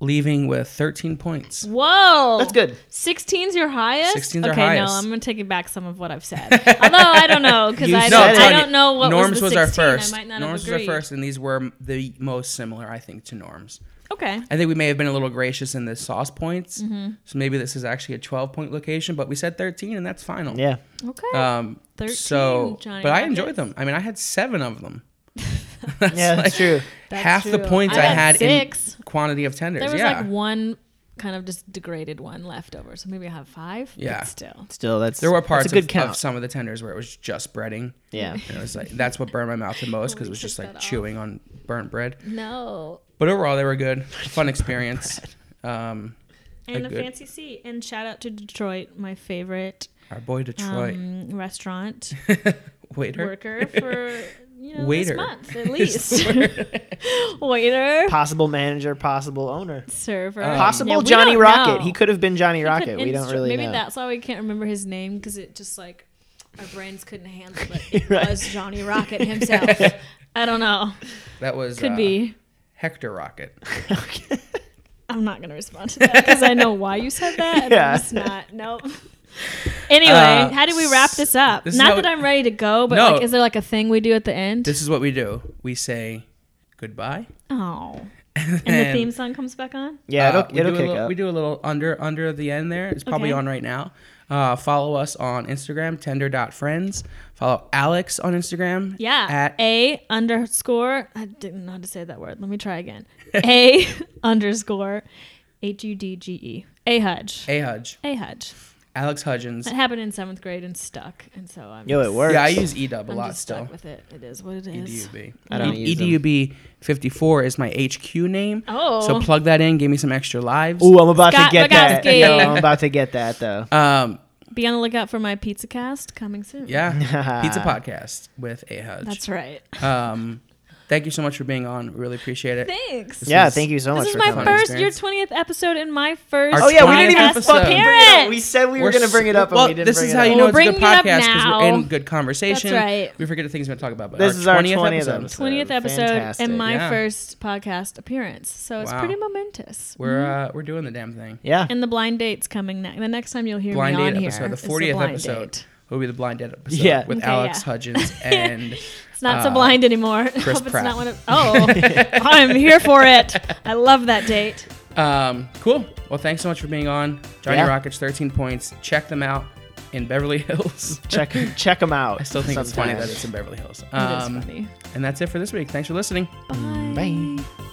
B: leaving with 13 points.
C: Whoa.
A: That's good.
C: 16's your highest?
B: 16's
C: okay,
B: our
C: no,
B: highest.
C: I'm going to take it back some of what I've said. Although I don't know because
A: You
C: I,
A: said it.
C: don't- I
B: Tell
C: don't
B: you,
C: know what
B: Norms
C: was, the
B: our
C: 16.
B: first.
C: I might not
B: Norms
C: have
B: was our
C: agreed.
B: first, and these were m- the most similar, I think, to Norms.
C: Okay.
B: I think we may have been a little gracious in the sauce points,
C: Mm-hmm.
B: so maybe this is actually a 12 point location, but we said 13, and that's final.
A: Yeah.
C: Okay.
B: Um,
C: 13
B: so,
C: Johnny
B: but I
C: Rockets.
B: enjoyed them. I mean, I had seven of them. [laughs] That's
A: Yeah, that's true.
C: That's
B: half the
C: true.
B: points
C: I
B: I,
C: had
B: had
C: six.
B: in quantity of tenders.
C: there was
B: yeah.
C: like one kind of just degraded one left over. So maybe I have five. but
B: Yeah.
C: still.
A: Still, that's
B: there were parts
A: That's a good
B: of,
A: count.
B: of some of the tenders where it was just breading.
A: yeah.
B: And it was like that's what burned my mouth the most because
C: Let
B: it
C: me
B: was just
C: take
B: like
C: that off.
B: chewing on burnt bread.
C: No.
B: But overall, they
A: [laughs]
B: were good, fun experience. Um,
C: And
B: A
C: a
B: good-
C: fancy seat. And shout out to Detroit, my favorite
B: our boy Detroit [laughs]
C: um, restaurant
B: waiter,
C: worker for you know,
B: Waiter.
C: this
B: [laughs]
C: month at least. [laughs] Waiter,
A: Possible manager, possible owner,
C: server,
B: Uh,
A: possible
C: Yeah, we
A: Johnny
C: don't
A: Rocket.
C: know.
A: He could have been Johnny
C: He could
A: Rocket. We don't
C: instru-
A: really
C: Maybe
A: know. [laughs]
C: that's why we can't remember his name because it just like our brains couldn't handle it.
B: [laughs]
C: It
A: Right.
C: was Johnny Rocket himself. I don't know.
B: that was
C: Could
B: uh,
C: be.
B: Hector Rocket.
C: I'm not gonna respond to that because I know why you said
B: [laughs]
C: that. and
A: Yeah.
C: I'm just not. Nope. [laughs] Anyway,
B: Uh,
C: how do we wrap this up?
B: this is
C: not
B: how
C: that
B: we-
C: I'm ready to go, but
B: No.
C: like, is there like a thing we do at the end?
B: This is what we do. We say goodbye.
C: oh,
B: And,
C: and the theme song comes back on.
A: yeah,
B: uh,
A: it'll, it'll
B: we, do a
A: kick
B: little,
A: up.
B: we do a little under under the end there. It's probably
C: Okay.
B: on right now. Uh, follow us on Instagram, tender.friends. Follow Alex on Instagram.
C: Yeah.
B: At
C: A underscore. I didn't know how to say that word. Let me try again.
B: [laughs]
C: A underscore H U D G E. A Hudge.
B: A Hudge.
C: A Hudge.
B: Alex Hudgens.
C: That happened in seventh grade and stuck. And so I'm.
A: Yo, it
C: just-
A: works.
B: Yeah, I use EDUB a
C: I'm
B: lot
C: just
B: still. E
C: stuck with it. It is what it is.
B: EDUB.
A: I don't
B: E
A: use 'em.
B: EDUB 54 is my HQ name.
C: Oh.
B: So plug that in, give me some extra lives.
A: Ooh, I'm about
C: Scott
A: to get that.
C: Rogowski.
A: Yo, [laughs] I'm about to get that though.
B: Um,
C: Be on the lookout for my pizza cast coming soon.
A: [laughs]
B: yeah. Pizza podcast with A Hudge.
C: That's right. [laughs]
B: Um, thank you so much for being on. We really appreciate it.
C: Thanks.
B: This
A: yeah,
B: was-
A: thank you so
C: This
A: much
C: is
A: for
C: my
A: coming.
C: first, your
B: Experience.
C: 20th episode, and my first.
B: Our
A: Oh yeah, we didn't
B: 20th
A: even
C: podcast
B: episode.
A: fucking bring it up.
C: appearance.
A: We said we were
B: We're
A: gonna
B: so-
A: bring it up,
B: well,
A: and we didn't
B: this
A: bring
B: is
A: it
B: how
A: up.
B: you
C: Well,
B: know it's a
C: bring
B: good
C: it up
B: podcast because
C: now.
B: we're in good conversation.
C: That's right.
B: We forget the things we're going to talk about. But
A: This is
B: our
A: our
B: 20th
A: 20th
B: episode.
A: episode.
C: 20th episode
A: Fantastic.
C: and my
B: Yeah.
C: first podcast appearance. So it's
B: Wow.
C: pretty momentous.
B: We're uh,
C: Mm-hmm.
B: we're doing the damn thing.
C: [laughs]
A: Yeah,
C: And the blind date's coming next. The next time you'll hear
B: Blind
C: me on
B: date
C: here
B: episode. The
C: is
B: fortieth
C: blind
B: episode
C: date.
B: will be the blind date episode.
A: Yeah.
B: with
C: Okay,
B: Alex
C: yeah. [laughs]
B: Hudgens and
C: It's not so
B: uh,
C: blind anymore. [laughs] I Hope it's
B: Pratt.
C: not one of,
B: [laughs]
C: oh, I'm here for it. I love that date.
B: Um, cool. Well, thanks so much for being on. Johnny
A: Yeah.
B: Rockets, 13 points. Check them out in Beverly Hills.
A: check check them out.
B: I still think it's funny that
A: sometime.
B: it's in Beverly Hills.
C: It is
B: Um,
C: funny.
B: And that's it for this week. Thanks for listening.
C: Bye.
A: Bye.